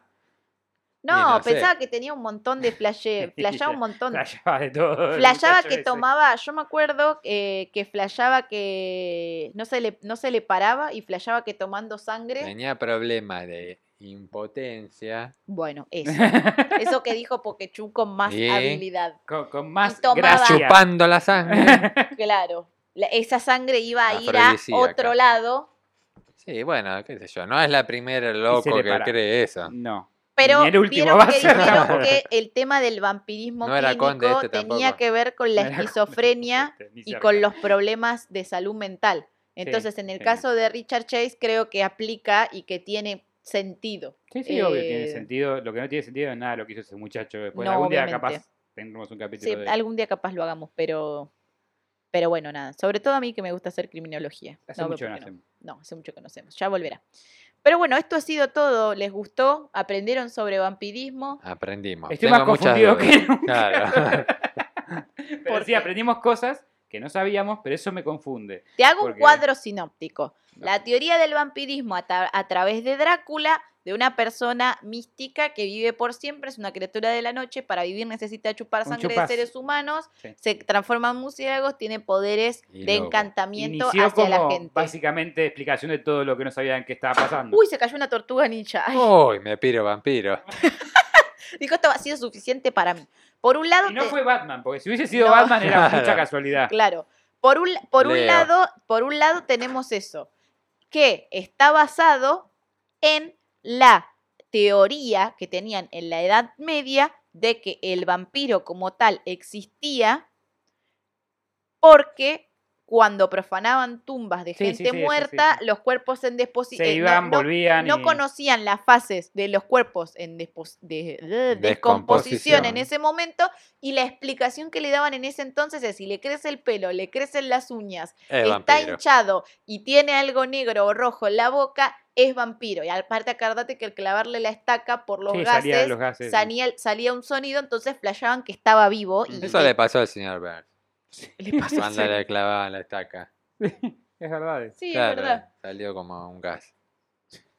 no,
no sé.
pensaba que tenía un montón de
[LAUGHS]
flashe, flasheaba un montón.
Flayaba de todo. el
Flashaba
muchacho
que
ese.
tomaba, yo me acuerdo eh, que flashaba que no se le, no se le paraba y flashaba que tomando sangre
Tenía problemas de impotencia. [LAUGHS]
Bueno, eso. Eso que dijo Pokechun con más
Bien.
habilidad.
Con, con más
Y tomaba-
gracia.
Chupando la sangre.
Claro. La- esa sangre iba a ir a
Afrodisíaca.
otro lado,
Sí, bueno, qué sé yo. No es la primera loco
le
que
para.
cree eso.
No.
pero
Ni el último
vieron
va a
que
ser.
dijeron que el tema del vampirismo
No era conde
clínico
este
tenía
tampoco.
que ver con la
No era
esquizofrenia
este, Ni
y
cerca.
con los problemas de salud mental. Entonces, en el
sí.
caso de Richard Chase, creo que aplica y que tiene sentido.
Sí, sí, obvio, tiene
eh,
sentido. Lo que no tiene sentido es nada lo que hizo ese muchacho. Después
No,
algún día
obviamente.
capaz tendremos un capítulo
Sí,
de
algún día capaz lo hagamos, pero pero bueno, nada. Sobre todo a mí que me gusta hacer criminología.
Hace
No,
mucho que
porque
no
no.
hacemos.
No, hace mucho que no hacemos. Ya volverá. Pero bueno, esto ha sido todo. ¿Les gustó? ¿Aprendieron sobre vampirismo?
Aprendimos.
Estoy
Ah, Tengo
más
muchas
confundido
dudas.
que nunca.
Claro.
[LAUGHS]
[LAUGHS]
Pero sí,
qué?
aprendimos cosas que no sabíamos, pero eso me confunde.
Te hago un
Porque-
cuadro sinóptico.
No.
La teoría del vampirismo a, ta- a través de Drácula, de una persona mística que vive por siempre, es una criatura de la noche, para vivir necesita chupar
Un
sangre
chupaz.
de seres humanos,
Sí.
se transforma en murciélagos, tiene poderes
Y
de
lobo.
encantamiento
Inició
hacia
como
la gente.
básicamente explicación de todo lo que no sabían que estaba pasando.
Uy, se cayó una tortuga ninja. Ay,
Uy, me piro vampiro.
Dijo, esto ha sido suficiente para mí. Por un lado...
y no
te-
fue Batman, porque si hubiese sido
No.
Batman
[LAUGHS]
era mucha
Claro.
casualidad.
Claro. Por un, por un
Leo.
lado, por un lado tenemos eso, que está basado en la teoría que tenían en la Edad Media de que el vampiro como tal existía porque cuando profanaban tumbas de
Sí, sí,
gente
sí, eso sí,
muerta,
sí.
los cuerpos en desposición
Se iban, volvían.
eh, no
y-
conocían las fases de los cuerpos en despos- de- de- descomposición
Descomposición.
en ese momento y la explicación que le daban en ese entonces es si le crece el pelo, le crecen las uñas,
Es
está
vampiro.
hinchado y tiene algo negro o rojo en la boca, es vampiro. Y aparte acordate que al clavarle la estaca por los
Sí,
gases,
salía de los gases, sí.
salía, salía un sonido, entonces flasheaban que estaba vivo
Mm.
y
Eso le pasó al señor
[LAUGHS]
Burns.
le pasó
Cuando le clavaban la estaca.
Es verdad. es-
Sí,
Claro,
es verdad.
Salió como un gas.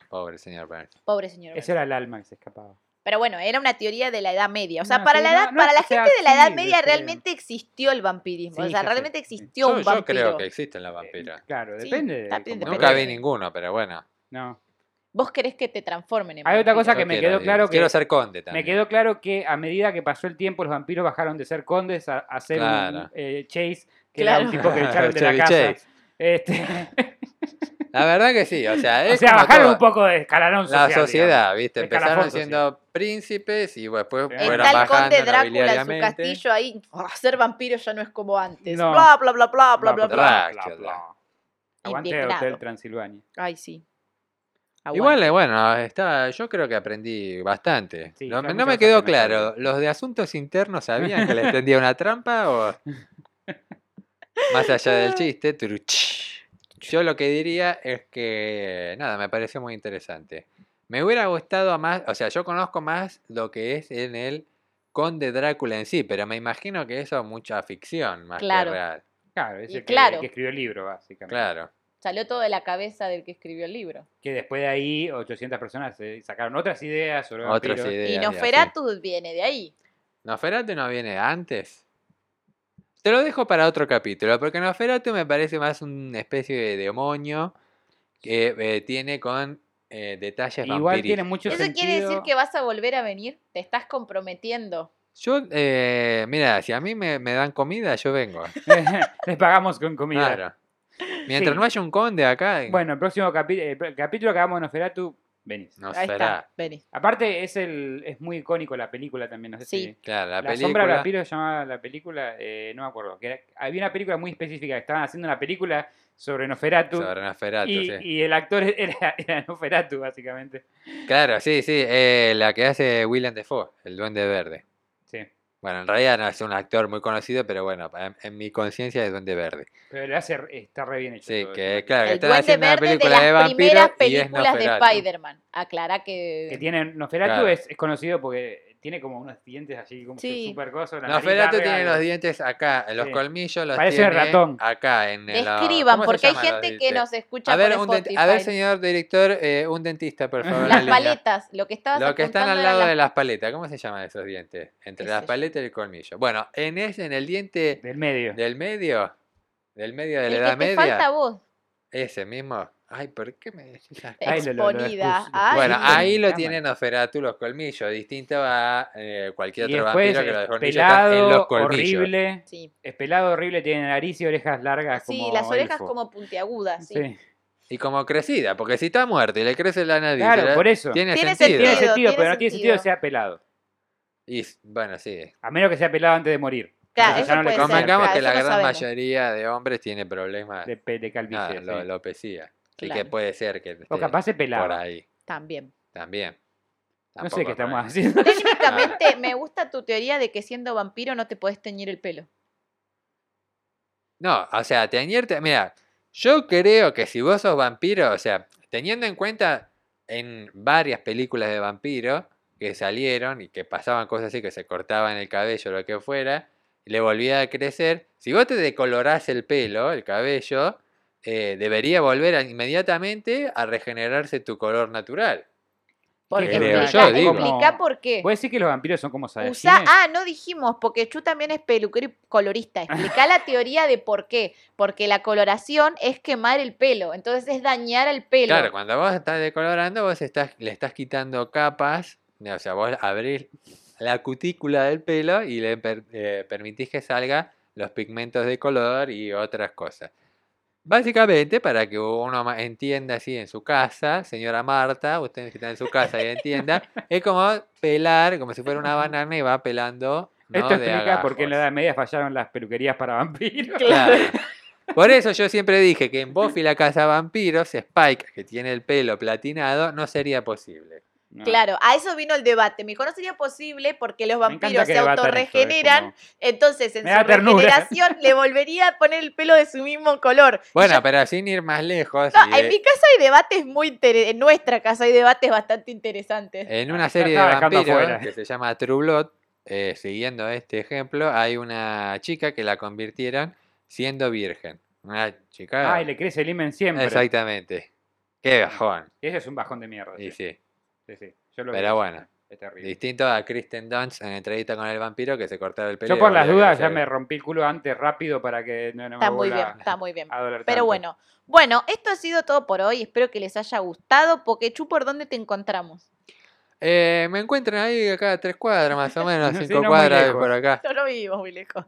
Pobre señor Burns.
Pobre señor.
Ese era el alma que se escapaba.
Pero bueno, era una teoría de la Edad Media. O sea,
No,
para
sí,
la
no,
edad,
no
para
es
la
que sea
gente de la Edad
así,
Media
yo creo.
realmente existió el vampirismo.
Sí,
o sea,
ya sé.
realmente existió
Yo,
un
yo
vampiro.
creo que existen los vampiros.
Claro,
Sí,
depende. Eh, de
está bien,
cómo
depende.
lo
Ah. Nunca vi
veas.
ninguno, pero bueno.
No.
Vos querés que te transformen en
Hay otra
vampiro.
cosa que
yo
me
quiero,
quedó
digamos.
claro que-
Quiero ser conde también.
Me quedó claro que a medida que pasó el tiempo, los vampiros bajaron de ser condes a, a ser un
Claro.
eh, Chase, que era
Claro.
un
[LAUGHS]
tipo que echaron de la
Chevy
casa.
Chase.
[LAUGHS] Este,
La verdad que sí, o sea, es
[LAUGHS] o sea,
como
bajaron
todo.
un poco de escalarón
La
social,
sociedad, ¿viste? Empezaron
Escalafondo,
siendo príncipes y después
Está
Está
fueron
Bueno,
el conde
bajando
Drácula en su
nobiliariamente.
castillo ahí. "Ah, ser vampiro ya no es como antes.
No.
Bla, bla, bla, bla, bla, bla,
digamos.
bla.
bla, bla, bla.
Aguante
Indignado.
Hotel Transilvania.
Ay, sí. Aguante.
Igual, eh, bueno, está, yo creo que aprendí bastante.
Sí,
no
hay
me- no me
muchas cosas
quedó
que no
claro, ¿los de asuntos internos sabían que les tendía una trampa o...? Más allá
[LAUGHS]
del chiste, turuch. yo lo que diría es que, nada, me pareció muy interesante. Me hubiera gustado más, o sea, yo conozco más lo que es en el Conde Drácula en sí, pero me imagino que eso es mucha ficción más
Claro.
que real.
Claro,
Y
ese que,
claro.
que escribió el libro, básicamente.
Claro.
Salió todo de la cabeza del que escribió el libro.
Que después de ahí 800 personas eh, sacaron otras ideas sobre
Otras
vampiros.
ideas.
y
y así.
Nosferatu viene de ahí.
¿Noferatu no viene antes? Te lo dejo para otro capítulo, porque Noferatu me parece más una especie de demonio que eh, tiene con eh, detalles
Igual tiene
vampiristas.
mucho
¿Eso
sentido.
quiere decir que vas a volver a venir? ¿Te estás comprometiendo?
Yo, eh, mira, si a mí me, me dan comida,
[LAUGHS]
yo vengo.
[LAUGHS] Les pagamos con comida.
Claro. Mientras
Sí.
no haya un conde acá,
Bueno, el próximo capi- el pr- capítulo que hagamos de Nosferatu venís.
No
Ahí
será.
está, vení.
Aparte, es el es muy icónico la película también, no sé
Sí.
si...
Claro, la,
La,
película.
sombra del vampiro se llamaba la película, eh, no me acuerdo. Que era- había una película muy específica, que estaban haciendo una película sobre Noferatu.
sobre Nosferatu,
y,
sí.
y el actor [LAUGHS] era, era Noferatu, básicamente.
Claro, sí, sí. eh, la que hace Willem Dafoe, el Duende Verde.
Sí.
Bueno, en realidad no es un actor muy conocido, pero bueno, en, en mi conciencia es Duende Verde.
Pero le hace, está re bien hecho.
Sí,
todo
que
eso.
claro, que
El
están
Duende
haciendo una
Verde de
película
las
de,
primeras
vampiros y es
películas de
Nosferatu.
Spider-Man. Aclara que...
Que tiene Noferatu
Claro.
es, es conocido porque tiene como unos dientes así, como
Sí.
que super coso. la nariz
Nosferatu
larga,
tiene los dientes acá, en los
Sí.
colmillos los
Parece
tiene
ratón.
acá en el
Describan, porque hay gente que nos escucha
a ver,
por
un denti-
Spotify.
a ver, señor director, eh, un dentista, por favor. en
Las
la línea.
paletas, lo que estabas
Lo que están
apuntando
al
era
lado
las-
de las paletas, ¿cómo se llaman esos dientes? Entre
Qué
las
sé yo.
paletas y el colmillo. Bueno, en ese, en el diente
Del medio.
del medio, del medio de la
El
edad
que te
media,
falta vos,
ese mismo. Ay, ¿por qué me decís esas
Ay, lo- lo- lo
exponida.
expuse.
Ay,
bueno,
sí,
ahí
en
lo
cámara.
tienen Nosferatu los colmillos, distinto a eh, cualquier
Y
otro
después
vampiro que los
es
colmillos están en los
pelado,
colmillos.
horrible.
sí.
Es pelado, horrible, tiene nariz y orejas largas.
Sí,
Ah, como
las orejas
elfo.
como puntiagudas. sí.
Sí.
Y como crecida, porque si está muerto y le crece la nariz,
Claro,
¿verdad?
por eso.
tiene,
Tiene
sentido.
Tiene sentido,
Tiene
pero no tiene
sentido.
sentido que sea pelado.
Y s- bueno, sí.
A menos que sea pelado antes de morir.
Claro,
Entonces
eso
ya no le
puede ser,
convengamos
Convengamos
claro,
que la
eso no
gran
sabemos.
mayoría de hombres tiene problemas
de, pe- de calvicie.
nada,
sí.
Ah. lo, alopecia. Así que
Claro.
puede ser que
O
esté
capaz es pelado.
por ahí
También.
también.
No sé
Tampoco
qué
es mal.
estamos haciendo.
Técnicamente, me gusta tu teoría de que siendo vampiro no te podés teñir el pelo.
No, o sea, teñirte. Mira, yo creo que si vos sos vampiro, o sea, teniendo en cuenta en varias películas de vampiro que salieron y que pasaban cosas así, que se cortaban el cabello o lo que fuera, y le volvía a crecer. Si vos te decolorás el pelo, el cabello, eh, debería volver a- inmediatamente a regenerarse tu color natural.
Porque
Creo
explica,
yo, digo.
explica por qué.
Puede decir que los vampiros son como Saiyajines.
Usá, ah, no dijimos, porque Chu también es peluquero y colorista. Explica la teoría de por qué. Porque la coloración es quemar el pelo, entonces es dañar el pelo.
Claro, cuando vos estás decolorando, vos estás, le estás quitando capas, ¿no? o sea, vos abrís la cutícula del pelo y le per- eh, permitís que salga los pigmentos de color y otras cosas. Básicamente, para que uno ma- entienda así en su casa, señora Marta, ustedes que están en su casa y entienda, es como pelar, como si fuera una banana y va pelando. ¿no?
Esto
de pues.
explica por qué en la
agajos.
Edad Media fallaron las peluquerías para vampiros.
Claro. Por eso yo siempre dije que en Buffy la casa vampiros, Spike, que tiene el pelo platinado, no sería posible.
[LAUGHS] No.
Claro, a eso vino el debate. Me dijo, no sería posible porque los
Me encanta
vampiros
que
se
debatan esto, es
autorregeneran,
como-
entonces en
Me da
su
ternura.
regeneración le volvería a poner el pelo de su mismo
[LAUGHS]
color.
Bueno, pero sin ir más lejos,
No,
y
en
eh.
de-
mi casa hay debates muy interesantes, en nuestra casa hay debates bastante interesantes.
en
Ah,
una
ya
serie de
estaba dejando
vampiros
afuera.
que se llama True Blood, eh, siguiendo este ejemplo, hay una chica que la convirtieron siendo virgen. Una chica...
Ay, le crece el imen siempre.
Exactamente. Qué bajón.
Ese es un bajón de mierda.
Y
Sí,
sí.
sí, sí. Yo lo
Pero
vi.
bueno.
Es terrible.
Distinto a Kristen Dunst en entrevista con el vampiro que se cortaba el pelo.
Yo
y
por las
volvía a
dudas ya
crecer.
me rompí el culo antes rápido para que no, no me
Está muy
vuelva
bien, está muy bien.
a doler
Pero
tanto.
bueno, bueno, esto ha sido todo por hoy. Espero que les haya gustado. Pokechu, ¿por dónde te encontramos?
Eh, me encuentran ahí acá a tres cuadras más o menos,
[LAUGHS] Sí,
cinco
no muy
cuadras
lejos.
por acá.
[LAUGHS] No, no vivimos muy lejos.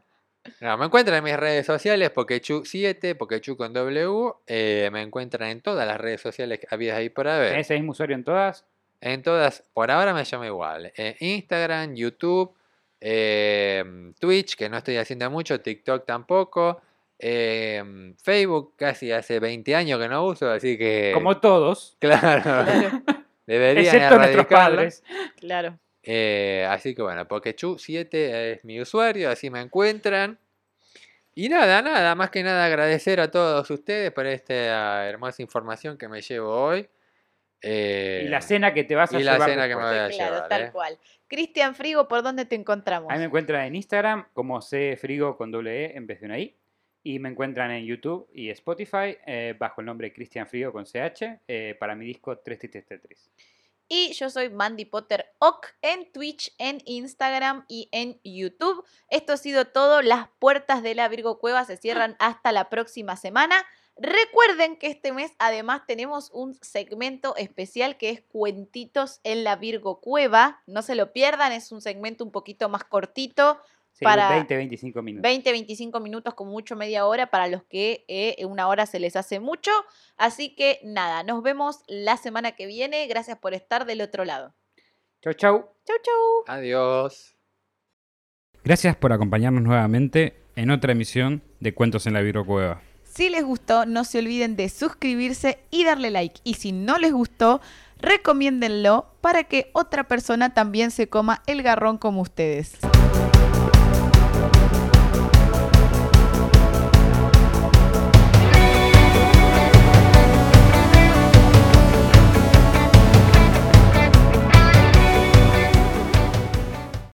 No, me encuentran en mis redes sociales, Pokechu7, Pokechu con W. eh, me encuentran en todas las redes sociales habidas ahí por haber.
¿Tenés ese mismo usuario en todas?
En todas, por ahora me llamo igual. eh, Instagram, YouTube, eh, Twitch, que no estoy haciendo mucho, TikTok tampoco. eh, Facebook casi hace 20 años que no uso, así que...
Como todos,
[LAUGHS]
[LAUGHS]
Claro,
Claro,
deberían
excepto nuestros
erradicarlo.
padres.
[LAUGHS] claro.
Eh, así que bueno, Pokechu7 es mi usuario, así me encuentran. Y nada, nada, más que nada agradecer a todos ustedes por esta hermosa información que me llevo hoy. Eh,
Y la cena que te vas a
y la
llevar
cena que me
después.
voy a
claro,
llevar.
tal
eh.
cual. Cristian Frigo, ¿por dónde te encontramos?
Ahí me encuentran en Instagram como cfrigo con doble E en vez de una I. Y me encuentran en YouTube y Spotify eh, bajo el nombre Cristian Frigo con CH eh, para mi disco 3 Tristes Tetris.
Y yo soy Mandy Potter Ock en Twitch, en Instagram y en YouTube. Esto ha sido todo. Las puertas de la Virgo Cueva se cierran hasta la próxima semana. Recuerden que este mes además tenemos un segmento especial que es Cuentitos en la Virgo Cueva. No se lo pierdan, es un segmento un poquito más cortito.
Sí,
para
20, 25 minutos.
20, 25 minutos, como mucho media hora, para los que eh, una hora se les hace mucho. Así que nada, nos vemos la semana que viene. Gracias por estar del otro lado.
Chau, chau.
Chau, chau.
Adiós.
Gracias por acompañarnos nuevamente en otra emisión de Cuentos en la Virocueva.
Si les gustó, no se olviden de suscribirse y darle like. Y si no les gustó, recomiéndenlo para que otra persona también se coma el garrón como ustedes.